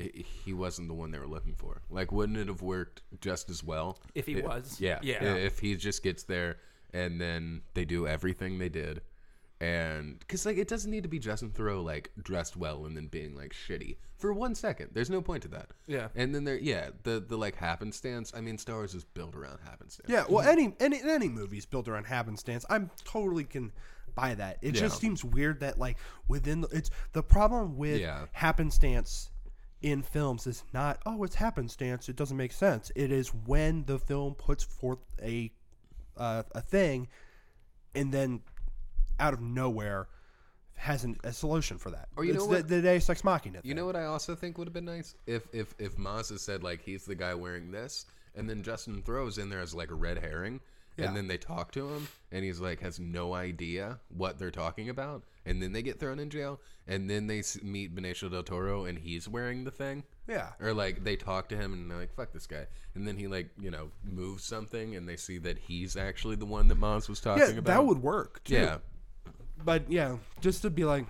A: i he wasn't the one they were looking for. Like, wouldn't it have worked just as well
C: If he
A: It-
C: was.
A: Yeah,
C: Yeah.
A: i- If he just gets there and then they do everything they did, and because like it doesn't need to be Justin Thoreau like dressed well and then being like shitty for one second. There's no point to that.
C: Yeah.
A: And then there, yeah, the the like happenstance. I mean, Star Wars is built around happenstance.
B: Yeah, well,
A: Mm-hmm.
B: any any any movie's built around happenstance. I'm totally can buy that. It just
A: Yeah.
B: seems weird that like within the, it's the problem with
A: Yeah.
B: happenstance in films is not oh it's happenstance it doesn't make sense. It is when the film puts forth a uh, a thing and then out of nowhere has an, a solution for that.
A: Or you
B: it's
A: know
B: the,
A: what-
B: the Deus Ex Machina.
A: You
B: thing.
A: know what I also think would have been nice if if if Maz has said like he's the guy wearing this, and then Justin throws in there as like a red herring,
B: Yeah.
A: and then they talk to him, and he's like has no idea what they're talking about, and then they get thrown in jail, and then they s- meet Benicio del Toro, and he's wearing the thing.
B: Yeah.
A: Or like they talk to him and they're like, "Fuck this guy," and then he like you know moves something, and they see that he's actually the one that Maz was talking
B: Yeah,
A: about.
B: that would work. Too.
A: Yeah.
B: but yeah, just to be like,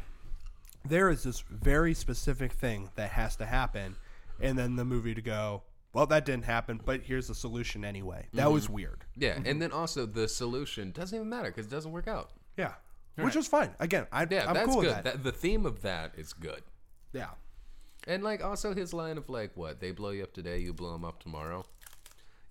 B: there is this very specific thing that has to happen, and then the movie to go, well, that didn't happen, but here's the solution anyway. That
A: Mm-hmm.
B: was weird.
A: Yeah,
B: Mm-hmm.
A: and then also the solution doesn't even matter because it doesn't work out.
B: Yeah, which is fine. Again, I,
A: Yeah,
B: I'm
A: that's
B: cool
A: good.
B: with that.
A: That- The theme of that is good.
B: Yeah,
A: And like also his line of like what they blow you up today, you blow them up tomorrow.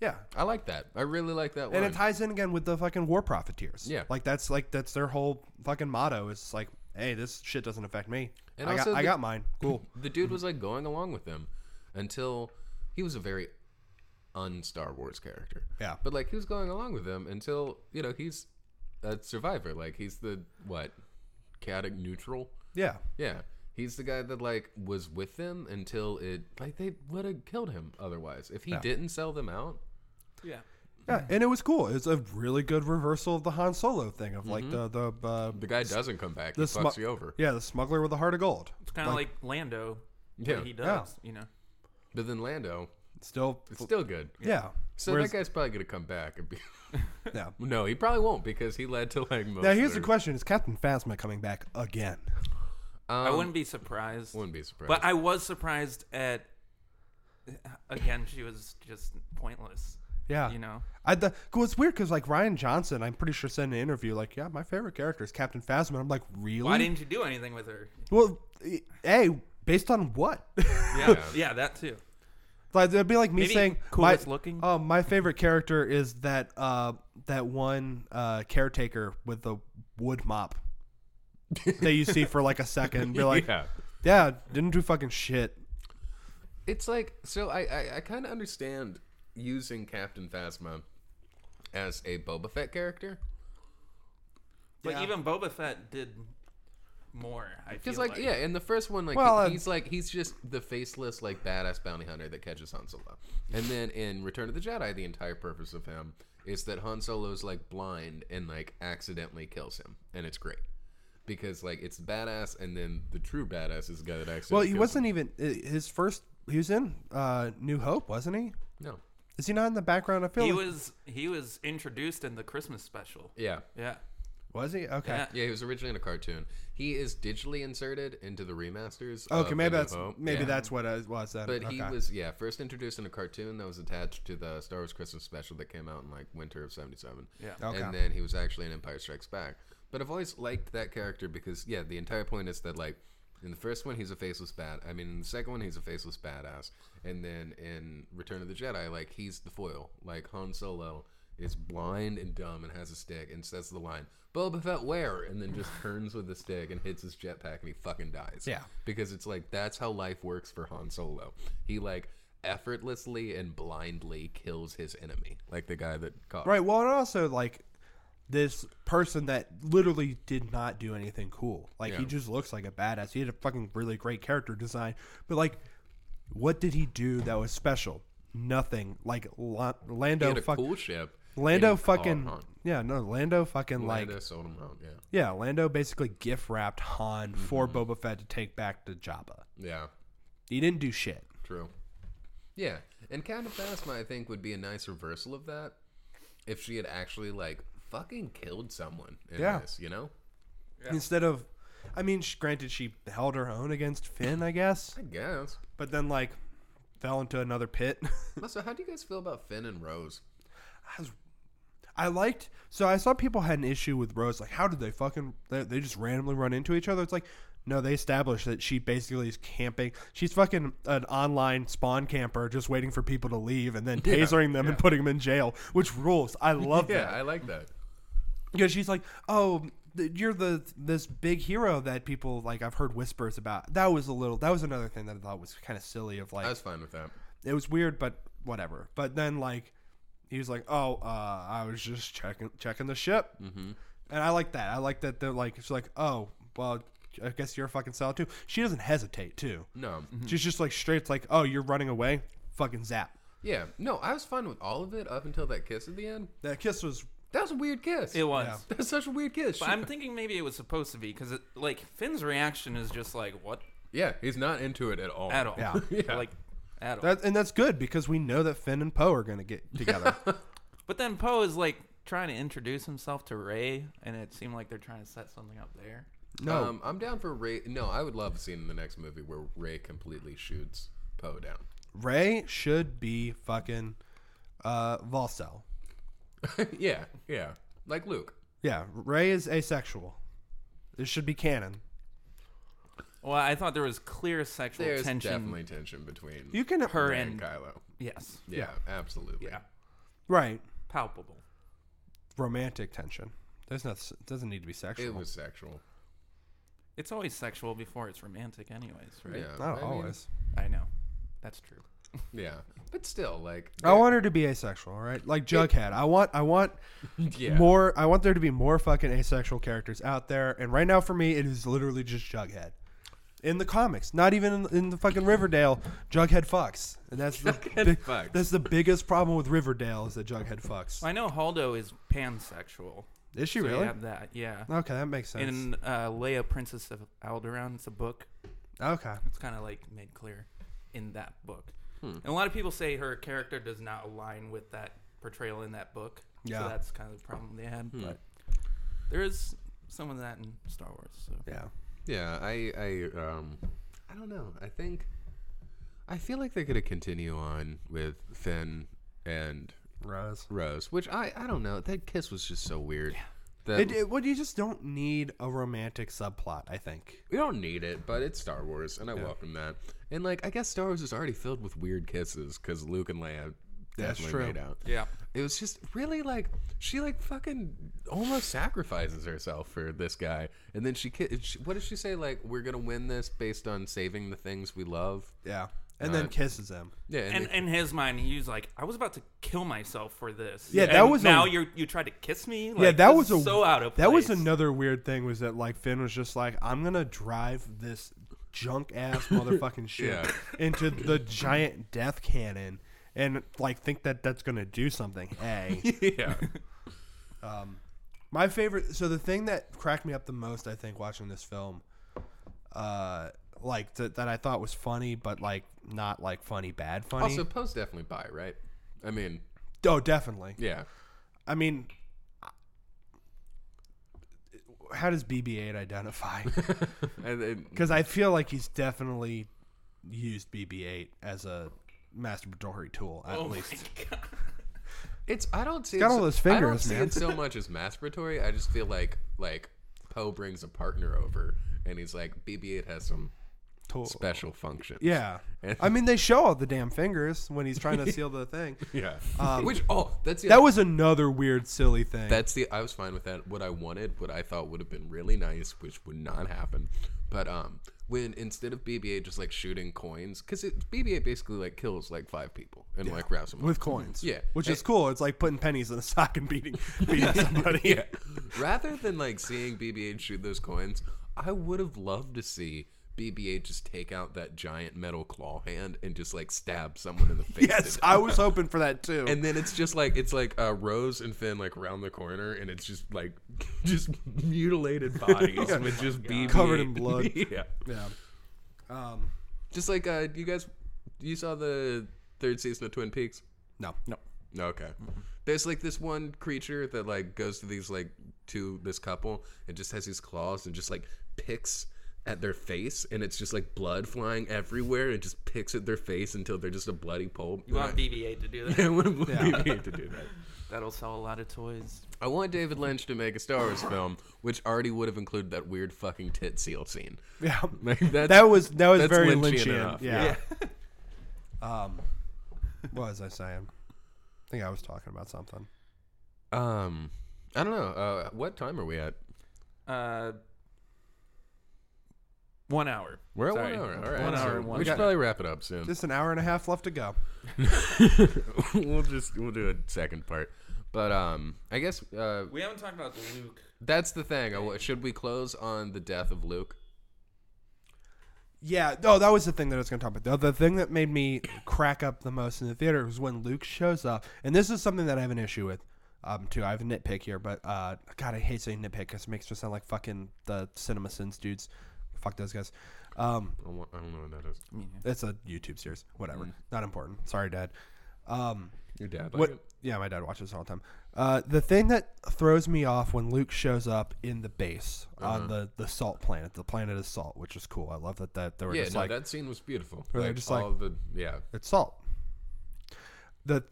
B: yeah.
A: I like that. I really like that
B: And
A: line.
B: it ties in again with the fucking war profiteers.
A: Yeah.
B: like that's like that's their whole fucking motto. It's like, hey, this shit doesn't affect me.
A: And
B: I got
A: also
B: I
A: the-
B: got mine. Cool.
A: the dude was like going along with them until he was a very un Star Wars character.
B: Yeah.
A: But like he was going along with them until you know he's a survivor. Like he's the what chaotic neutral.
B: yeah,
A: Yeah. He's the guy that like was with them until it like they would have killed him otherwise if he didn't sell them out.
C: Yeah.
B: yeah. And it was cool. It's a really good reversal of the Han Solo thing of like
A: Mm-hmm.
B: the the uh,
A: The guy doesn't come back. He
B: the
A: fucks
B: smu-
A: you over.
B: Yeah, the smuggler with a heart of gold.
C: It's kind of like, Lando. Yeah.
A: Yeah.
C: he does, you know.
A: But then Lando,
B: Still,
A: it's still good.
B: yeah.
A: So
B: Whereas-
A: that guy's probably gonna come back and be.
B: yeah.
A: no, he probably won't because he led to like most.
B: Now here's the
A: their-
B: question: Is Captain Phasma coming back again?
A: Um,
C: I wouldn't be surprised.
A: wouldn't be surprised.
C: But I was surprised at again she was just pointless.
A: Uh,
B: Yeah.
C: You know.
B: I the well, it's weird because like Ryan Johnson, I'm pretty sure said in an interview like, yeah, my favorite character is Captain Phasma. I'm like, really?
A: mm.
C: Why didn't you do anything with her?
B: well, eh, a based on what?
C: Yeah. yeah, that too.
B: like it'd be like me
C: Maybe
B: saying,
C: coolest
B: my,
C: looking?
B: Um, my favorite character is that uh that one uh caretaker with the wood mop. that you see for like a second and be like, yeah.
A: yeah.
B: didn't do fucking shit.
A: It's like so I I, I kind of understand using Captain Phasma as a Boba Fett character
C: But
B: Yeah.
C: even Boba Fett did more. I feel
A: because like, yeah in the first one like
B: Well,
A: he-
B: uh,
A: he's like he's just the faceless like badass bounty hunter that catches Han Solo, and then in Return of the Jedi the entire purpose of him is that Han Solo's like blind and like accidentally kills him and it's great because like it's badass and then the true badass is the guy that accidentally
B: Well, he
A: kills
B: wasn't even i- his first. He was in uh, New Hope, wasn't he?
A: him. no
B: Is he not in the background? I feel
C: he
B: like-
C: was he was introduced in the Christmas special.
A: yeah
C: Yeah,
B: was he okay.
C: yeah.
A: Yeah, he was originally in a cartoon. He is digitally inserted into the remasters. of
B: Okay,
A: A
B: maybe
A: New
B: that's
A: Hope.
B: maybe
A: Yeah.
B: that's what it was then.
A: But he
B: Okay.
A: was yeah first introduced in a cartoon that was attached to the Star Wars Christmas special that came out in like winter of '77.
C: Yeah.
B: Okay.
A: and then he was actually in Empire Strikes Back. But I've always liked that character because yeah, the entire point is that like in the first one he's a faceless bat. I mean, in the second one he's a faceless badass, and then in Return of the Jedi, like he's the foil. Like Han Solo is blind and dumb and has a stick and says the line Boba Fett where and then just turns with the stick and hits his jetpack and he fucking dies.
B: Yeah.
A: because it's like that's how life works for Han Solo. He like effortlessly and blindly kills his enemy, like the guy that caught
B: Right. Well, and also like this person that literally did not do anything cool. Like he
A: Yeah.
B: just looks like a badass. He had a fucking really great character design, but like, what did he do that was special? Nothing. Like La-
A: He
B: Lando,
A: had a
B: fuck,
A: cool ship.
B: Lando,
A: and he caught
B: fucking,
A: Han.
B: yeah, no, Lando, fucking,
A: Lando
B: like,
A: sold him out. Yeah,
B: yeah, Lando basically gift wrapped Han for
A: Mm-hmm.
B: Boba Fett to take back to Jabba.
A: yeah,
B: He didn't do shit.
A: true. Yeah, and Captain Phasma, I think, would be a nice reversal of that if she had actually like fucking killed someone. In
B: Yeah.
A: this, you know,
B: Instead of, I mean, sh- granted, she held her own against Finn, I guess.
A: I guess.
B: but then like fell into another pit.
A: Also, how do you guys feel about Finn and Rose?
B: I, was, I liked so I saw people had an issue with Rose like how did they fucking they, they just randomly run into each other? It's like no, they established that she basically is camping. She's fucking an online spawn camper, just waiting for people to leave and then tasering them and putting them in jail, which rules. I love
A: Yeah,
B: that.
A: I like that.
B: Because she's like, "Oh, th- you're the this big hero that people like I've heard whispers about." That was a little. That was another thing that I thought was kind of silly. Of like,
A: I was fine with that.
B: it was weird, but whatever. But then like he was like, "Oh, uh, I was just checking checking the ship," mm-hmm. and I like that. I like that they're like she's like, "Oh, well, I guess you're a fucking solid too." She doesn't hesitate too.
A: No,
B: She's just like straight like, "Oh, you're running away, fucking zap."
A: yeah, no, I was fine with all of it up until that kiss at the end.
B: That kiss was
A: That was a weird kiss.
C: It was.
B: Yeah.
A: That's such a weird kiss.
C: But I'm thinking maybe it was supposed to be because like Finn's reaction is just like what
A: yeah, he's not into it at all.
C: at all.
B: Yeah.
A: Yeah.
C: like at all.
B: that, and that's good because we know that Finn and Poe are gonna get together.
C: but then Poe is like trying to introduce himself to Ray, and it seemed like they're trying to set something up there.
B: No.
A: Um, I'm down for Ray. No, I would love a scene in the next movie where Ray completely shoots Poe down.
B: Ray should be fucking uh, Volcel.
A: yeah, yeah, like Luke.
B: Yeah, Ray is asexual. This should be canon.
C: Well, I thought there was clear sexual
A: There's
C: tension.
A: definitely tension between
B: You can
C: Her
A: Ray
C: and
A: and Kylo.
C: yes,
A: Yeah, absolutely.
C: Yeah.
B: right.
C: palpable.
B: romantic tension. There's not it doesn't need to be sexual.
A: it was sexual.
C: It's always sexual before it's romantic, anyways, right?
A: Yeah, I
B: not
A: mean,
B: always.
C: I know, that's true.
A: yeah, but still, like,
B: I want her to be asexual, all right? Like Jughead. I want I want
A: yeah,
B: more I want there to be more fucking asexual characters out there. And right now for me it is literally just Jughead. In the comics, not even in, in the fucking Riverdale, Jughead fucks. And that's the big-
A: fucks.
B: that's the biggest problem with Riverdale is that Jughead fucks.
C: I know Haldo is pansexual.
B: Is she
C: so you
B: really?
C: have that, yeah.
B: Okay, that makes sense.
C: In uh, Leia, Princess of Alderaan, it's a book.
B: okay.
C: It's kind of like made clear in that book.
B: Hmm.
C: And a lot of people say her character does not align with that portrayal in that book.
B: Yeah. Hmm.
C: So that's kind of the problem they had. But there is some of that in Star Wars. So.
B: Yeah.
A: yeah. I, I, um, I don't know. I think, I feel like they could have continue on with Finn and
B: Rose.
A: Rose, which I, I don't know. That kiss was just so weird. That
B: It, it, well, you just don't need a romantic subplot, I think.
A: We don't need it, but it's Star Wars, and I welcome that. And like, I guess Star Wars is already filled with weird kisses because Luke and Leia
B: That's
A: definitely
B: true.
A: made out.
C: Yeah.
A: It was just really like she like fucking almost sacrifices herself for this guy, and then she, ki- she what does she say? Like we're gonna win this based on saving the things we love.
B: Yeah. And then
A: Right.
B: kisses him.
A: Yeah, and,
C: And
A: they-
C: in his mind, he was like, "I was about to kill myself for this."
B: Yeah,
C: And
B: that was a-
C: now you you tried to kiss me. Like,
B: yeah, that
C: this
B: was a
C: is so out of place.
B: That was another weird thing was that like Finn was just like, I'm gonna drive this junk ass motherfucking ship
A: Yeah.
B: into the giant death cannon and like think that that's gonna do something. Hey,
A: yeah,
B: my favorite. So the thing that cracked me up the most, I think, watching this film, uh, like th- that I thought was funny, but like not like funny bad funny.
A: also Poe's definitely bi, right? I mean,
B: oh, definitely.
A: yeah,
B: I mean, how does BB-8 identify?
A: and, and
B: Because I feel like he's definitely used BB-8 as a masturbatory tool, at
C: Oh my
B: least.
C: God.
A: it's I don't see
B: got
A: it
B: all
A: so-
B: those
A: I don't
B: fingers,
A: see
B: man.
A: it so much as masturbatory. I just feel like like Poe brings a partner over, and he's like BB-8 has some
B: Tool.
A: special functions.
B: Yeah.
A: And-
B: I mean, they show all the damn fingers when he's trying to seal the thing.
A: yeah. Which oh, that's the
B: Um, That was another weird, silly thing.
A: That's the I was fine with that. What I wanted, what I thought would have been really nice, which would not happen. But um, when instead of BB-8 just like shooting coins, because BB-8 basically like kills like five people and like rouses them up.
B: with coins.
A: Yeah.
B: Which is cool. It's like putting pennies in a sock and beating, beating somebody.
A: yeah. Rather than like seeing BB-8 shoot those coins, I would have loved to see BB-8 just take out that giant metal claw hand and just like stab someone in the face.
B: Yes,
A: and-
B: I was hoping for that too.
A: and then it's just like it's like uh, Rose and Finn like round the corner, and it's just like just mutilated bodies with just BB
B: Oh Covered in blood.
A: yeah,
B: yeah. Um,
A: just like uh, you guys, you saw the third season of Twin Peaks.
B: No.
C: No.
A: Okay.
C: Mm-hmm.
A: There's like this one creature that like goes to these like to this couple and just has these claws and just like picks at their face and it's just like blood flying everywhere and just picks at their face until they're just a bloody pulp.
C: You want BB-8 to do that?
A: I want BB-8 to do that.
C: That'll sell a lot of toys.
A: I want David Lynch to make a Star Wars film, which already would have included that weird fucking tit seal scene.
B: Yeah.
A: Like that's,
B: That was that was
A: that's
B: very
A: Lynchian
B: Lynchian.
A: enough,
B: Yeah. um, what was I saying? I think I was talking about something.
A: um, I don't know. Uh, what time are we at?
C: Uh, one hour.
A: We're at
C: Sorry.
A: one hour. All right,
C: One
A: so
C: hour. and
A: we
C: One
A: should
C: hour.
A: probably wrap it up soon.
B: Just an hour and a half left to go.
A: we'll just we'll do a second part. But um, I guess uh,
C: We haven't talked about Luke.
A: that's the thing. I wa- Should we close on the death of Luke?
B: Yeah. No, that was the thing that I was going to talk about. The, the thing that made me crack up the most in the theater was when Luke shows up, and this is something that I have an issue with. Um, too. I have a nitpick here, but uh, God, I hate saying nitpick because it makes me sound like fucking the CinemaSins dudes. Fuck those guys. Um,
A: I don't, I don't know what that is.
B: it's a YouTube series. Whatever. Not important. Sorry, Dad. Um,
A: Your dad. Like uh,
B: What?
A: it?
B: Yeah, my dad watches all the time. Uh, the thing that throws me off when Luke shows up in the base
A: Uh-huh.
B: on the, the salt planet, the planet is salt, which is cool. I love that that they were
A: Yeah,
B: just
A: no,
B: like
A: that scene was beautiful.
B: Or they're
A: Like,
B: just
A: all the yeah.
B: it's salt. The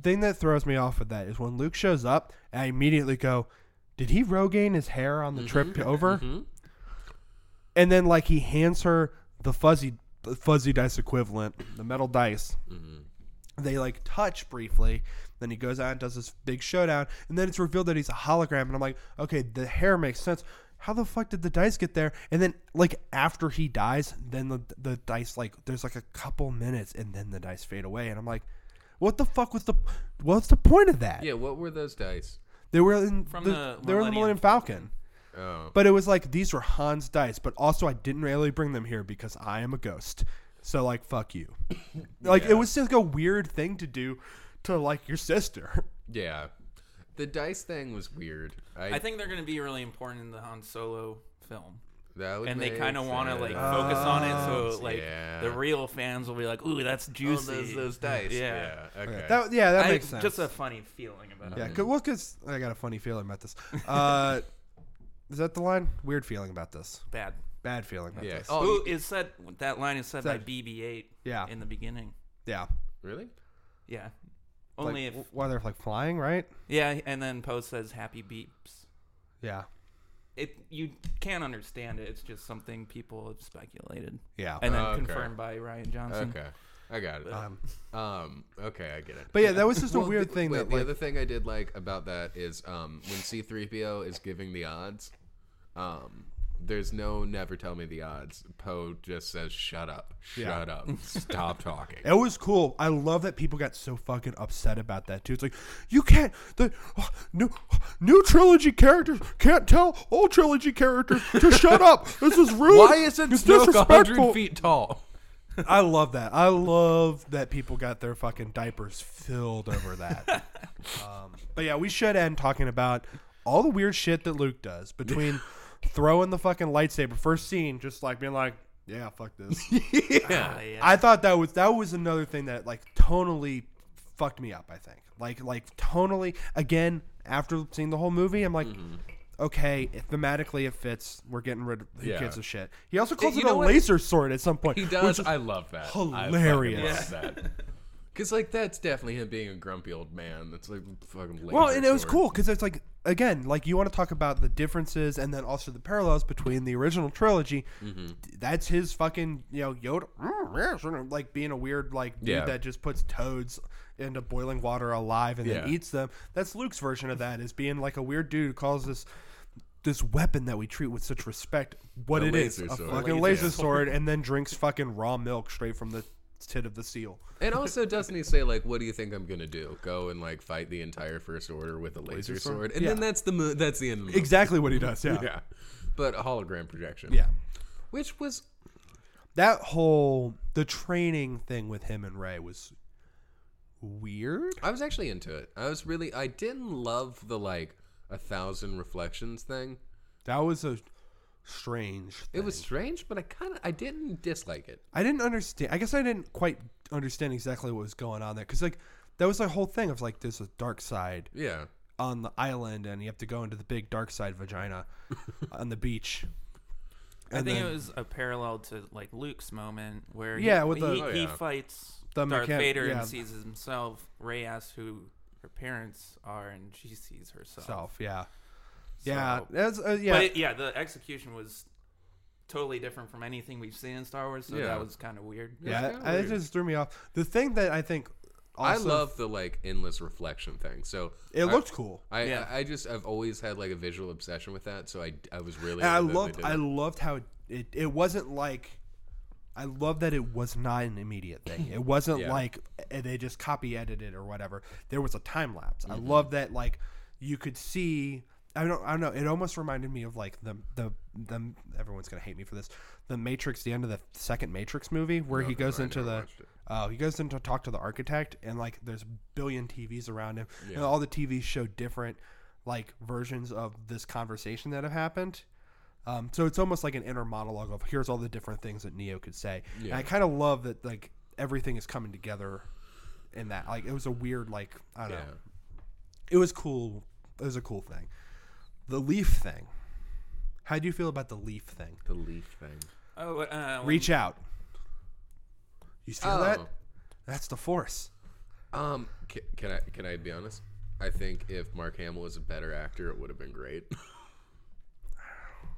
B: thing that throws me off with that is when Luke shows up, I immediately go, "Did he Rogaine his hair on the trip
A: Mm-hmm.
B: to over?" And then like he hands her the fuzzy the fuzzy dice equivalent, the metal dice. They like touch briefly. Then he goes out and does this big showdown, and then it's revealed that he's a hologram. And I'm like, okay, the hair makes sense. How the fuck did the dice get there? And then, like after he dies, then the the dice like there's like a couple minutes, and then the dice fade away. And I'm like, what the fuck was the what's the point of that?
A: Yeah. What were those dice?
B: They were in
C: From
B: the,
C: the
B: they were in the
C: Millennium
B: Millennium Falcon.
A: Oh.
B: But it was like these were Han's dice, but also I didn't really bring them here because I am a ghost. So like fuck you. like it was just like a weird thing to do to like your sister.
A: Yeah. The dice thing was weird. I,
C: I think they're going to be really important in the Han Solo film.
A: that would
C: And they
A: make
C: kind of want to like
A: sense.
C: focus on it, so like
A: Ah, yeah.
C: the real fans will be like, "Ooh, that's juicy."
A: those, those dice.
C: Yeah.
A: Yeah. Okay.
B: That yeah, that
C: I-
B: makes sense.
C: Just a funny feeling about
B: yeah,
C: it.
B: cause, well, 'cause I got a funny feeling about this. Uh, is that the line? Weird feeling about this.
C: Bad.
B: Bad feeling about
A: yeah.
B: this.
A: Oh,
C: Ooh,
A: you-
C: is said that line is said by
B: Said-
C: BB-8
B: Yeah.
C: in the beginning.
B: Yeah.
A: really?
C: Yeah.
B: Like,
C: Only if
B: w- while they're like flying, right?
C: yeah, and then Poe says happy beeps.
B: Yeah.
C: It you can't understand it. It's just something people have speculated
B: Yeah.
C: and then
A: Okay.
C: confirmed by Ryan Johnson.
A: Okay. I got it.
B: Hmm. Um,
A: Um, okay, I get it.
B: but yeah, that was just a
A: Well,
B: weird
A: the-
B: thing
A: wait,
B: that
A: the
B: like
A: other thing I did like about that is um, when C3PO is giving the odds, um, there's no never tell me the odds. Poe just says shut up,
B: Yeah.
A: shut up, stop talking.
B: It was cool. I love that people got so fucking upset about that too. It's like you can't the oh, new new trilogy characters can't tell old trilogy characters to shut up. This is rude.
A: Why isn't
B: It's
A: Snoke a
B: disrespectful."
A: hundred feet tall?
B: I love that. I love that people got their fucking diapers filled over that. um, but yeah, we should end talking about all the weird shit that Luke does between throwing the fucking lightsaber first scene, just like being like, yeah, fuck this.
C: Ah, yeah.
B: I thought that was that was another thing that like tonally fucked me up. I think like like tonally again after seeing the whole movie, I'm like,
A: Mm-hmm.
B: okay, if thematically it fits. We're getting rid of who
A: Yeah.
B: gives a shit. He also calls
A: you
B: it a
A: know what?
B: laser sword at some point.
A: He
B: which
A: does.
B: is-
A: I love that.
B: hilarious.
A: I fucking love that. Cause like that's definitely him being a grumpy old man. That's like fucking.
B: well,
A: laser
B: and it was
A: sword.
B: cool because it's like again, like you want to talk about the differences and then also the parallels between the original trilogy. That's his fucking you know Yoda, "Mm, yes," you know, like being a weird like dude
A: Yeah.
B: that just puts toads into boiling water alive and then
A: Yeah.
B: eats them. That's Luke's version of that is being like a weird dude who calls this this weapon that we treat with such respect what
A: A
B: it is
A: laser
B: a
A: sword.
B: fucking
A: Laser
B: laser sword and then drinks fucking raw milk straight from the tit of the seal.
A: And also, doesn't he say like, "What do you think I'm gonna do? Go and like fight the entire First Order with a laser, sword?" And then
B: Yeah.
A: that's the mo- that's the end. Of the movie.
B: Exactly what he does. Yeah.
A: Yeah, but a hologram projection.
B: yeah.
A: which was
B: that whole the training thing with him and Ray was weird.
A: I was actually into it. I was really I didn't love the like a thousand reflections thing.
B: That was a strange.
A: It
B: thing.
A: was strange, but I kind of I didn't dislike it.
B: I didn't understand. I guess I didn't quite understand exactly what was going on there because like that was the whole thing of like there's a dark side
A: Yeah,
B: on the island and you have to go into the big dark side vagina on the beach.
C: I
B: And
C: think
B: then-
C: it was a parallel to like Luke's moment where he-
B: Yeah, with
C: he,
B: the-
C: he,
A: Oh, yeah.
C: fights
B: The
C: Darth
B: mechan-
C: Vader
B: yeah.
C: and sees himself. Ray asks who her parents are, and she sees herself.
B: Self, yeah, yeah,
C: So-
B: that's uh, yeah.
C: But it- yeah, the execution was totally different from anything we've seen in Star Wars, so
A: Yeah.
C: that was kind of weird.
A: That's
B: yeah,
A: kinda
B: I- it
A: weird.
B: just threw me off. The thing that I think also,
A: I love the like endless reflection thing. So
B: it
A: I-
B: looked cool.
A: I,
C: Yeah.
A: I I just I've always had like a visual obsession with that. So I I was really
B: And I
A: into that they
B: loved
A: did
B: I
A: it.
B: loved how it, it it wasn't like I love that it was not an immediate thing. It wasn't
A: Yeah.
B: like eh, they just copy edited or whatever. There was a time lapse. I
A: Mm-hmm.
B: love that like you could see I don't I don't know, it almost reminded me of like the the the everyone's going to hate me for this. The Matrix, the end of the second Matrix movie where he goes
A: I
B: into
A: never
B: the
A: watched it.
B: Oh, he goes in to talk to the architect, and like there's a billion TVs around him, and all the TVs show different like versions of this conversation that have happened. Um, so it's almost like an inner monologue of here's all the different things that Neo could say. And I kind of love that like everything is coming together in that. Like it was a weird like I don't know.
A: Yeah.
B: It was cool. It was a cool thing. The leaf thing. How do you feel about the leaf thing?
A: the leaf thing.
C: Oh, uh, when-
B: Reach out. You feel that?
A: Oh.
B: That's the force.
A: Um, can, can I can I be honest? I think if Mark Hamill was a better actor, it would have been great.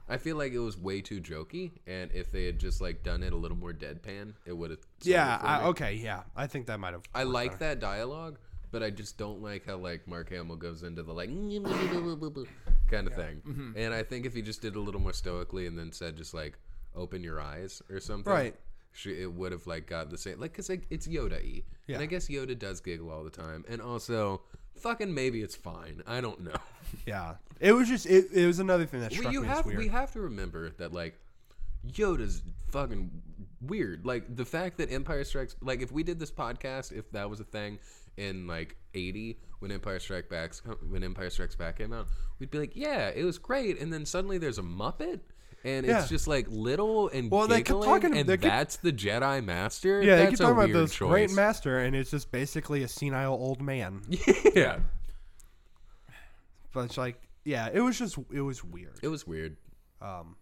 A: I feel like it was way too jokey, and if they had just like done it a little more deadpan, it would have. sold it
B: Yeah.
A: for
B: I,
A: me.
B: okay. Yeah. I think that might have.
A: I like that dialogue, but I just don't like how like Mark Hamill goes into the like kind of thing.
B: Mm-hmm.
A: And I think if he just did a little more stoically and then said just like open your eyes or something,
B: Right.
A: She, it would have like got the same like because like it's Yoda y,
B: Yeah.
A: and I guess Yoda does giggle all the time, and also fucking maybe it's fine. I don't know.
B: Yeah. It was just. It, it was another thing that
A: We-
B: struck
A: you
B: me
A: have
B: as weird.
A: we have to remember that like Yoda's fucking weird. Like the fact that Empire Strikes like if we did this podcast, if that was a thing in like eighty when Empire Strikes Back when Empire Strikes Back came out, we'd be like, yeah, it was great. And then suddenly there's a Muppet. And
B: Yeah.
A: it's just like little and
B: Well, they kept
A: giggling,
B: talking-
A: and
B: they kept-
A: that's the Jedi Master.
B: yeah,
A: that's
B: you keep
A: a
B: talking about
A: weird
B: this
A: choice.
B: great master, and it's just basically a senile old man.
A: yeah,
B: but it's like, yeah, it was just, it was weird.
A: it was weird.
B: Um,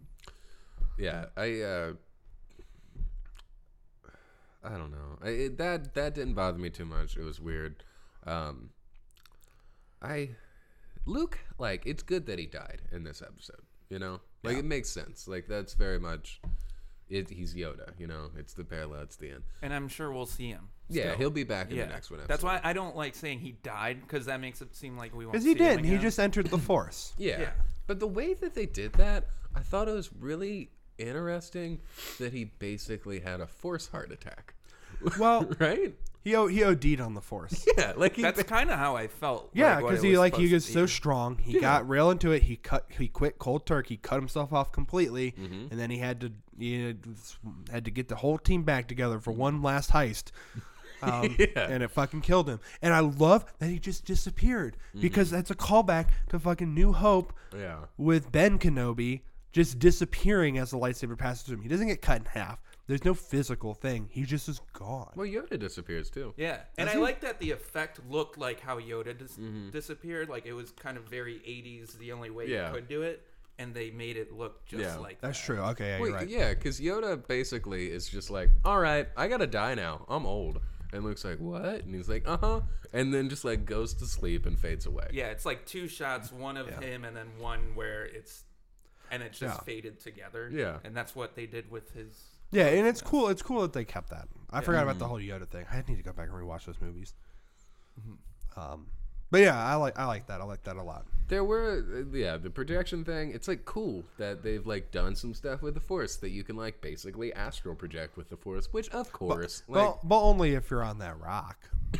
A: Yeah, I uh I don't know. I, it, that that didn't bother me too much. It was weird. Um I Luke like it's good that he died in this episode, you know? Like it makes sense. Like that's very much it, he's Yoda. You know, it's the parallel. It's the end.
C: and I'm sure we'll see him.
A: Yeah,
C: still.
A: he'll be back in
C: yeah.
A: the next one.
C: That's why I don't like saying he died because that makes it seem like we won't.
B: Because he
C: see him
B: didn't. He
C: again.
B: just entered the force.
A: Yeah.
C: Yeah.
A: But the way that they did that, I thought it was really interesting that he basically had a force heart attack.
B: Well,
A: right?
B: he o- he OD'd on the force.
A: Yeah, like he
C: That's kind of how I felt.
B: Yeah,
C: like, what
B: because
C: it
B: he
C: was
B: like he was
C: supposed
B: so
C: to
B: strong. He got real into it. He cut. He quit cold turkey. Cut himself off completely,
C: Mm-hmm.
B: and then he had to he had, had to get the whole team back together for one last heist. Um, And it fucking killed him. And I love that he just disappeared
C: Mm-hmm.
B: because that's a callback to fucking New Hope
A: Yeah.
B: with Ben Kenobi just disappearing as the lightsaber passes through him. He doesn't get cut in half. There's no physical thing. He just is gone.
A: Well, Yoda disappears too.
C: be. Yeah, and I like that the effect looked like how Yoda dis-
B: Mm-hmm.
C: disappeared. Like it was kind of very 80s. The only way
A: Yeah.
C: you could do it, and they made it look just
A: Yeah.
C: like
B: That's
C: that.
B: true. Okay, yeah,
A: Wait,
B: you're right.
A: yeah, because Yoda basically is just like, all right, I gotta die now. I'm old. And Luke's like, what? And he's like, uh huh. And then just like goes to sleep and fades away.
C: Yeah, it's like two shots, one of him and then one where it's and it just
B: Yeah.
C: faded together.
A: Yeah.
C: And that's what they did with his
B: Yeah, and it's cool. It's cool that they kept that. I forgot about the
A: Mm-hmm.
B: whole Yoda thing. I need to go back and rewatch those movies.
A: Mm-hmm.
B: Um, but yeah, I like I like that. I like that a lot.
A: There were, uh, yeah, the projection thing. It's like cool that they've like done some stuff with the Force that you can like basically astral project with the Force, which of course, like,
B: but but only if you're on that rock.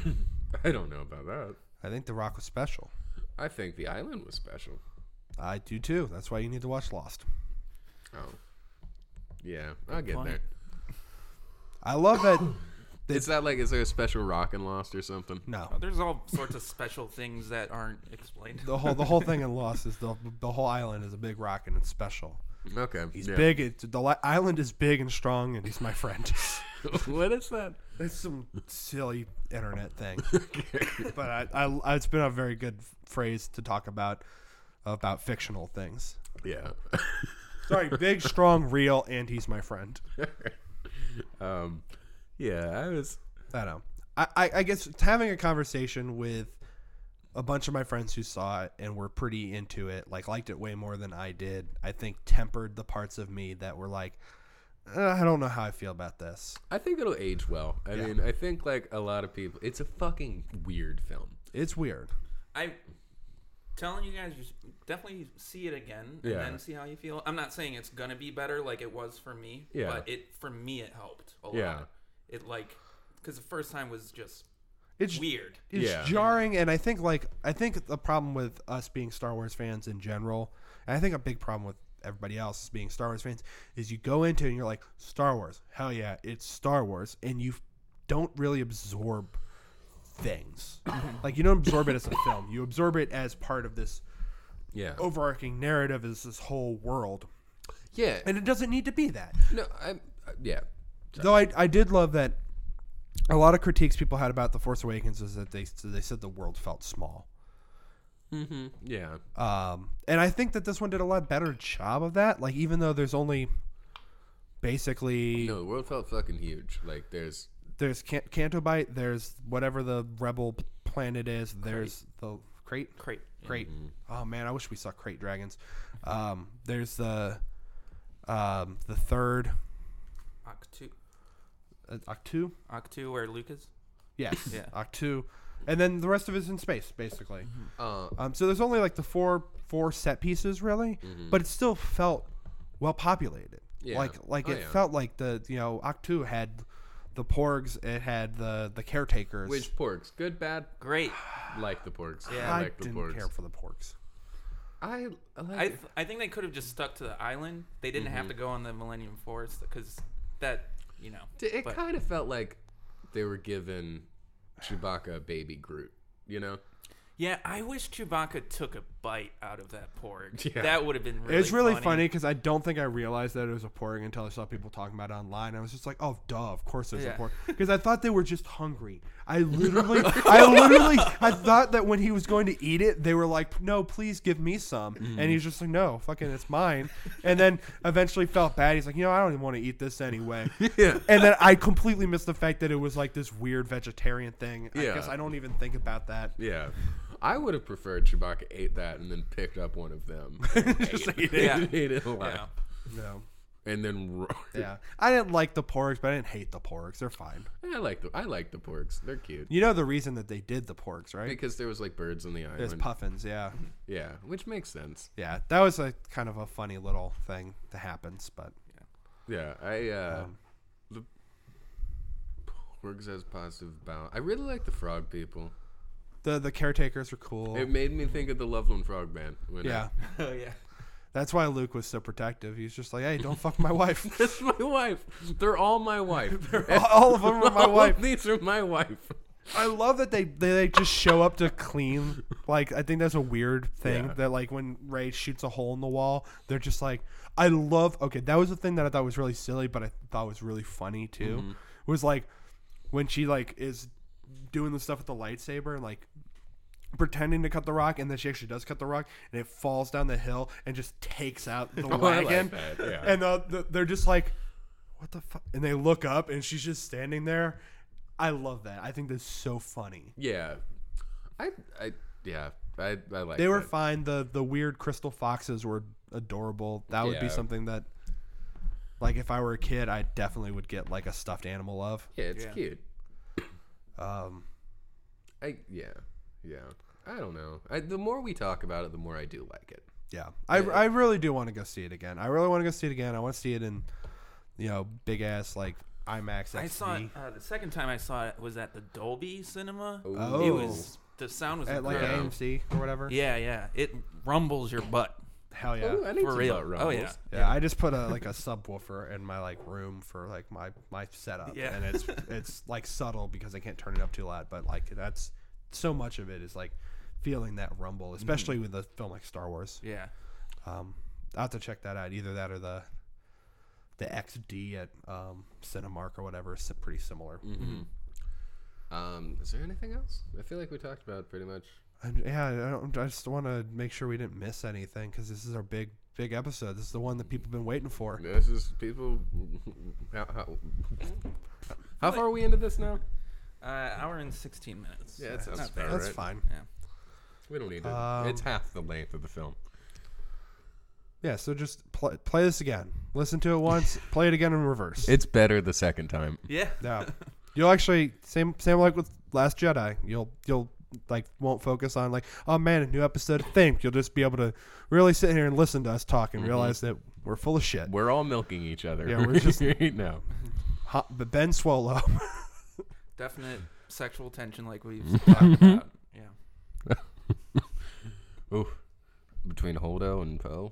A: I don't know about that.
B: I think the rock was special.
A: I think the island was special.
B: I do too. That's why you need to watch Lost.
A: Oh, yeah, I'll get
C: point.
A: there.
B: I love that.
A: It's not like is there a special rock and lost or something?
B: No,
C: oh, there's all sorts of special things that aren't explained.
B: the whole the whole thing in Lost is the the whole island is a big rock and it's special.
A: Okay,
B: He's
A: yeah.
B: big. It's, the li- island is big and strong, and he's my friend.
A: what is that?
B: That's some silly internet thing. but I, I, I- it's been a very good f- phrase to talk about about fictional things.
A: Yeah.
B: Sorry, big, strong, real, and he's my friend.
A: um, yeah, I was.
B: I know. I, I, I guess having a conversation with a bunch of my friends who saw it and were pretty into it, like liked it way more than I did, I think tempered the parts of me that were like, "Uh, I don't know how I feel about this.
A: I think it'll age well. I mean, I think like a lot of people. It's a fucking weird film.
B: It's weird.
C: I telling you guys you should definitely see it again and
A: Yeah.
C: then see how you feel. I'm not saying it's gonna be better like it was for me.
A: Yeah.
C: But it for me it helped a lot.
A: Yeah.
C: It like because the first time was just
B: It's
C: weird.
B: it's
A: Yeah.
B: jarring and i think like i think the problem with us being star wars fans in general and i think a big problem with everybody else being star wars fans is you go into it and you're like star wars hell yeah it's star wars and you don't really absorb things like you don't absorb it as a film you absorb it as part of this
A: Yeah.
B: Oh. overarching narrative as this whole world
A: Yeah.
B: and it doesn't need to be that
A: No. I. I- Yeah.
B: Though I, I did love that a lot of critiques people had about The Force Awakens is that they they said the world felt small.
A: Yeah.
B: Um, and I think that this one did a lot better job of that. Like, even though there's only basically
A: No, the world felt fucking huge. Like there's.
B: there's can- Canto Bite, there's whatever the rebel p- planet is, there's the crate,
C: Great.
B: crate. Oh man, I wish we saw crate dragons. Um, there's the um, the third
C: Octu
B: uh, Octu,
C: Octu or Lucas?
B: yes,
C: Yeah.
B: Octu, and then the rest of it's in space basically.
A: Uh,
B: Um, so there's only like the four four set pieces really, but it still felt well populated.
A: Mm-hmm. Yeah.
B: Like like
A: Oh,
B: it
A: yeah.
B: felt like the you know Octu had the porgs, it had the the caretakers.
A: which porgs? Good, bad.
C: Great.
A: Like the porgs.
C: Yeah.
A: I
B: I
A: like the
B: didn't
A: porgs.
B: care for the porgs.
A: I. I like
C: I, th- I think they could have just stuck to the island. They didn't have to
A: Mm-hmm.
C: go on the Millennium Force because that, you know.
A: D- It
C: but-
A: kind of felt like they were given Chewbacca baby Groot. You know?
C: Yeah, I wish Chewbacca took a bite out of that porg.
A: Yeah.
C: That would have been really
B: it's really funny because I don't think I realized that it was a porg until I saw people talking about it online. I was just like, oh, duh, of course there's
C: Yeah.
B: a porg. Because I thought they were just hungry. I literally, I literally, I thought that when he was going to eat it, they were like, no, please give me some. And he's just like, no, fucking, it's mine. And then eventually felt bad. He's like, you know, I don't even want to eat this anyway.
A: Yeah.
B: And then I completely missed the fact that it was like this weird vegetarian thing. I
A: Yeah.
B: guess I don't even think about that.
A: Yeah. I would have preferred Chewbacca ate that and then picked up one of them. and
B: Just
A: ate it.
B: ate
C: it.
A: Ate it alive.
C: Yeah.
B: No.
A: and then roared.
B: Yeah, I didn't like the porgs, but I didn't hate the porgs. They're fine.
A: I like the I like the porgs. They're cute
B: You know the reason that they did the porgs, right?
A: because there was like birds on the
B: There's
A: island.
B: puffins. Yeah,
A: Mm-hmm. yeah, which makes sense.
B: yeah. That was a kind of a funny little thing that happens, but
A: Yeah, I uh
B: Um,
A: the porgs has positive bound. I really like the frog people.
B: the the caretakers are cool.
A: It made me think of the Loveland Frog Band. When I-
B: Oh. yeah,
C: Oh yeah.
B: that's why Luke was so protective. He's just like, hey, don't fuck my wife.
A: That's my wife. They're all my wife.
B: All of them are my
A: All of
B: wife.
A: These are my wife.
B: I love that they, they they just show up to clean. Like I think that's a weird thing
A: Yeah.
B: that like when Ray shoots a hole in the wall, they're just like, I love. Okay, that was the thing that I thought was really silly, but I thought was really funny too.
A: Mm-hmm.
B: Was like when she like is doing the stuff with the lightsaber and like pretending to cut the rock and then she actually does cut the rock and it falls down the hill and just takes out the
A: Oh, I like
B: wagon
A: that, yeah.
B: and uh, th- they're just like what the fuck and they look up and she's just standing there i love that i think that's so funny
A: Yeah, I, I, yeah, I, I like.
B: they were
A: that.
B: fine the the weird crystal foxes were adorable that would be
A: Yeah.
B: something that like if i were a kid i definitely would get like a stuffed animal of
A: yeah, it's
C: Yeah.
A: cute.
B: um
A: I, yeah, yeah. I don't know. I, the more we talk about it, the more I do like it.
B: yeah i, I really do want to go see it again i really want to go see it again i want to see it in you know big ass like imax XD.
C: I saw it, uh, the second time I saw it was at the Dolby Cinema.
A: Oh.
C: It was the sound was
B: at like
A: Yeah.
C: incredible.
B: amc or whatever
C: yeah, yeah. It rumbles your butt
B: hell yeah
A: Ooh, I need
C: for
A: some
C: real.
A: butt
C: Oh
A: rumbles.
C: yeah.
B: Yeah, I just put a like a subwoofer in my like room for like my my setup,
C: Yeah.
B: and it's it's like subtle because I can't turn it up too loud. But like that's so much of it is like feeling that
C: Mm.
B: rumble, especially with a film like Star Wars.
C: Yeah.
B: Um, I will have to check that out. Either that or the the XD at um, Cinemark or whatever is pretty similar.
C: Mm-hmm.
A: Um, is there anything else? I feel like we talked about it pretty much.
B: And, yeah, I, don't, I just want to make sure we didn't miss anything because this is our big big episode. This is the one that people have been waiting for.
A: This is people. How, how, how far are we into this now?
C: Uh, hour and sixteen minutes.
A: Yeah, that sounds
C: Not
A: fair.
B: That's
A: right.
B: fine.
C: Yeah.
A: We don't need to.
B: Um,
A: it's half the length of the film.
B: Yeah, so just pl- play this again. Listen to it once, play it again in reverse.
A: It's better the second time.
C: Yeah.
B: yeah. You'll actually same same like with Last Jedi. You'll you'll like won't focus on like oh man a new episode of think. You'll just be able to really sit here and listen to us talk and realize that we're full of shit.
A: We're all milking each other.
B: Yeah, we're just-
A: right now.
B: Hot, but Ben Swallow.
C: Definite sexual tension, like we've talked about. Yeah.
A: Ooh, between Holdo and Poe.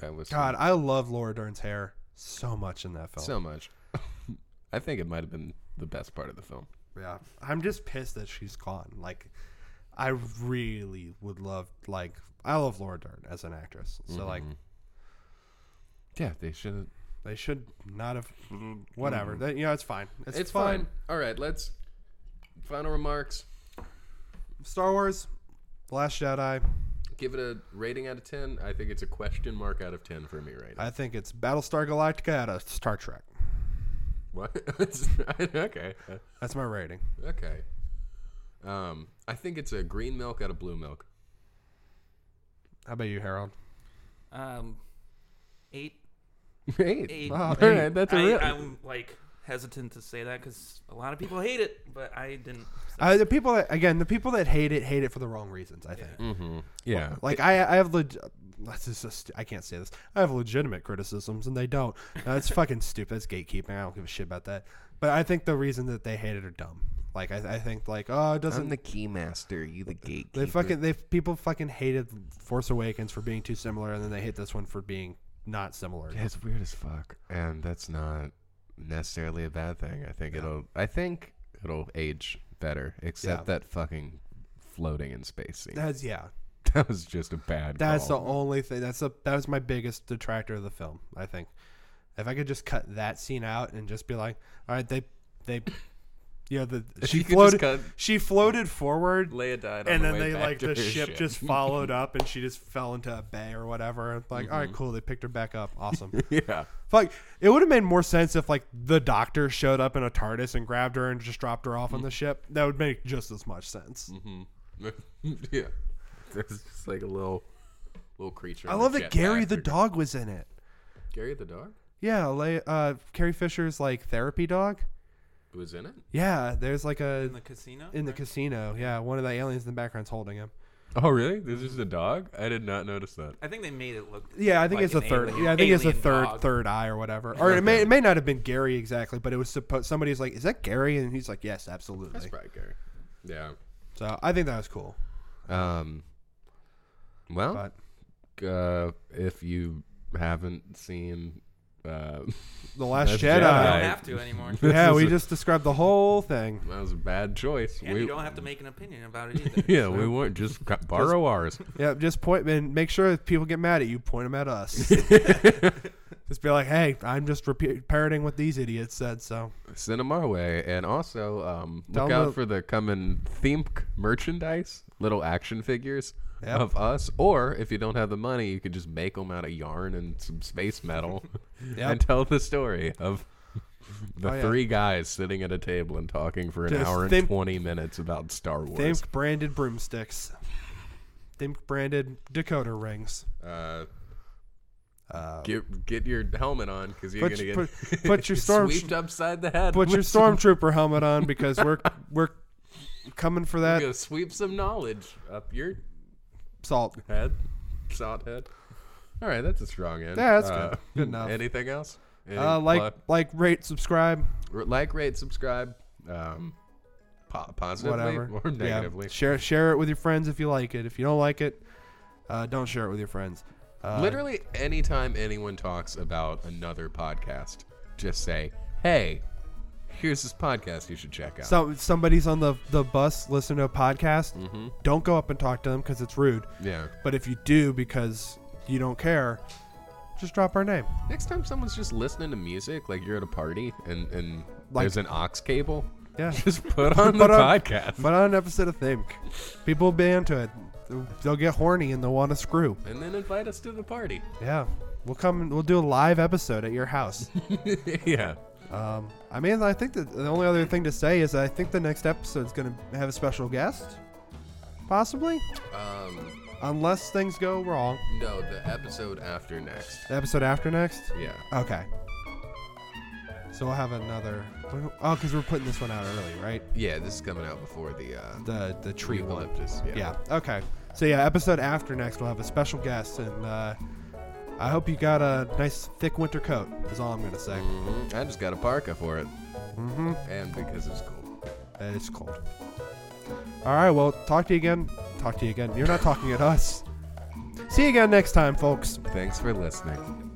A: That was
B: God, I love Laura Dern's hair so much in that film.
A: so much. I think it might have been the best part of the film.
B: Yeah, I'm just pissed that she's gone. Like, I really would love like I love Laura Dern as an actress. So like
A: Yeah, they should. have
B: They should not have. Whatever. That- you know, it's fine. It's,
A: It's
B: fine.
A: fine. All right, let's. Final remarks.
B: Star Wars, The Last Jedi.
A: Give it a rating out of ten. I think it's a question mark out of ten for me right now.
B: I think it's Battlestar Galactica out of Star Trek.
A: What? It's- okay.
B: That's my rating.
A: Okay. Um, I think it's a green milk out of blue milk.
B: How about you, Harold?
C: Um, eight.
A: Eight.
C: Eight.
B: Wow,
A: All
B: eight.
A: right, that's a
C: I,
A: real.
C: I'm like hesitant to say that because a lot of people hate it, but I didn't.
B: Uh, the people that again, the people that hate it hate it for the wrong reasons. I think.
A: mm-hmm. Yeah.
B: Like I, I have leg. This is just, I can't say this. I have legitimate criticisms, and they don't. That's fucking stupid. That's gatekeeping. I don't give a shit about that. But I think the reason that they hate it are dumb. Like I, I think like oh, it doesn't
A: key master. You the gatekeeper.
B: They fucking they people fucking hated Force Awakens for being too similar, and then they hate this one for being not similar.
A: It's weird as fuck, and that's not necessarily a bad thing. I think it'll. I think it'll age better. Except
B: Yeah.
A: that fucking floating in space scene. That,
B: That's yeah.
A: was just a bad.
B: That's
A: call.
B: the only thing. That's the that was my biggest detractor of the film. I think if I could just cut that scene out and just be like, all right, they they, you know, the
A: If
B: she
A: you could just
B: floated
A: cut-
B: she floated forward,
A: Leia died, on
B: and
A: the
B: then
A: way
B: they
A: back
B: like
A: to
B: the
A: her
B: ship just followed up, and she just fell into a bay or whatever. Like all
A: Mm-hmm.
B: right, cool, they picked her back up. Awesome.
A: yeah,
B: Like it would have made more sense if like the doctor showed up in a TARDIS and grabbed her and just dropped her
A: Mm-hmm.
B: off on the ship. That would make just as much sense.
A: yeah. There's just like a little, little creature.
B: I
A: on a
B: love that
A: jetpack
B: Gary the
A: or-
B: dog was in it.
A: Gary the dog
B: Yeah, Le- uh, Carrie Fisher's like therapy dog.
A: was in it.
B: Yeah, there's like a
C: in the casino.
B: in the
C: Or-
B: casino. Yeah, one of the aliens in the background's holding him.
A: Oh, really? This is the dog? I did not notice that.
C: I think they made it look.
B: Yeah, I think
C: like
B: it's a
C: an
B: third.
C: alien-
B: yeah, I think it's a
C: alien
B: third
C: dog.
B: third eye or whatever. Or it may it may not have been Gary exactly, but it was supposed somebody's like, "Is that Gary?" And he's like, "Yes, absolutely."
A: probably Gary. Yeah.
B: So I think that was cool.
A: Um. Well,
B: But
A: uh, if you haven't seen, uh,
B: the Last
A: That's
B: Jedi.
C: You don't
A: Jedi.
C: have to anymore.
B: Yeah,
A: This is
B: we
A: a-
B: just described the whole thing.
A: that was a bad choice.
C: and you don't have to make an opinion about it either.
A: Yeah, we weren't just got- borrow ours.
B: Yeah, just point and make sure if people get mad at you, point them at us. just be like, "Hey, I'm just repeat, parroting what these idiots said." So
A: Send them our way, and also um, look
B: Download-
A: out for the coming theme c- merchandise, little action figures
B: Yep.
A: of us. Or if you don't have the money, you could just make them out of yarn and some space metal, and tell the story of. The
B: Oh, yeah.
A: three guys sitting at a table and talking for an
B: Just
A: hour and
B: think-
A: 20 minutes about Star Wars.
B: think branded broomsticks. Think branded decoder rings.
A: Uh,
B: Uh,
A: get get your helmet on because you're
B: Put
A: gonna
B: your-
A: get
B: put- put your storm-
A: sweeped upside the head.
B: put your
A: with-
B: stormtrooper helmet on because we're we're coming for
A: You're
B: that
A: gonna sweep some knowledge up your
B: salt.
A: head, salt head. All right, that's a strong end. Uh,
B: Yeah, that's good. Good enough.
A: Anything else? Any
B: Uh, like
A: plug-
B: like rate subscribe
A: r- like, rate, subscribe. Um, po- positively
B: whatever
A: or
B: Yeah,
A: negatively.
B: Share share it with your friends if you like it. If you don't like it, uh, don't share it with your friends. Uh,
A: Literally, anytime anyone talks about another podcast, just say, "Hey, here's this podcast you should check out."
B: So somebody's on the the bus listening to a podcast. Don't go up and talk to them because it's rude.
A: Mm-hmm. yeah.
B: But if you do because you don't care, just drop our name.
A: Next time someone's just listening to music, like you're at a party and and
B: Like-
A: there's an aux cable,
B: Yeah.
A: just put on the
B: Put on-
A: podcast,
B: But on an episode of Think, people will be into it. They'll- They'll get horny and they'll want to screw.
A: and then invite us to the party.
B: Yeah, we'll come. and We'll do a live episode at your house.
A: yeah,
B: um, I mean, I think that the only other thing to say is I think the next episode's going to have a special guest, possibly,
A: um,
B: unless things go wrong.
A: no, the episode after next.
B: The episode after next.
A: Yeah,
B: Okay. So we'll have another. Oh, because we're putting this one out early, right?
A: yeah, this is coming out before the uh,
B: The the tree one.
A: eucalyptus. Yeah.
B: Yeah. Okay. So yeah, episode after next we'll have a special guest, and uh, I hope you got a nice thick winter coat. Is all I'm gonna say.
A: Mhm. I just got a parka for it,
B: Mm-hmm.
A: and because it's cool.
B: It's cold. All right. Well, talk to you again. Talk to you again. You're not talking at us. See you again next time, folks.
A: Thanks for listening.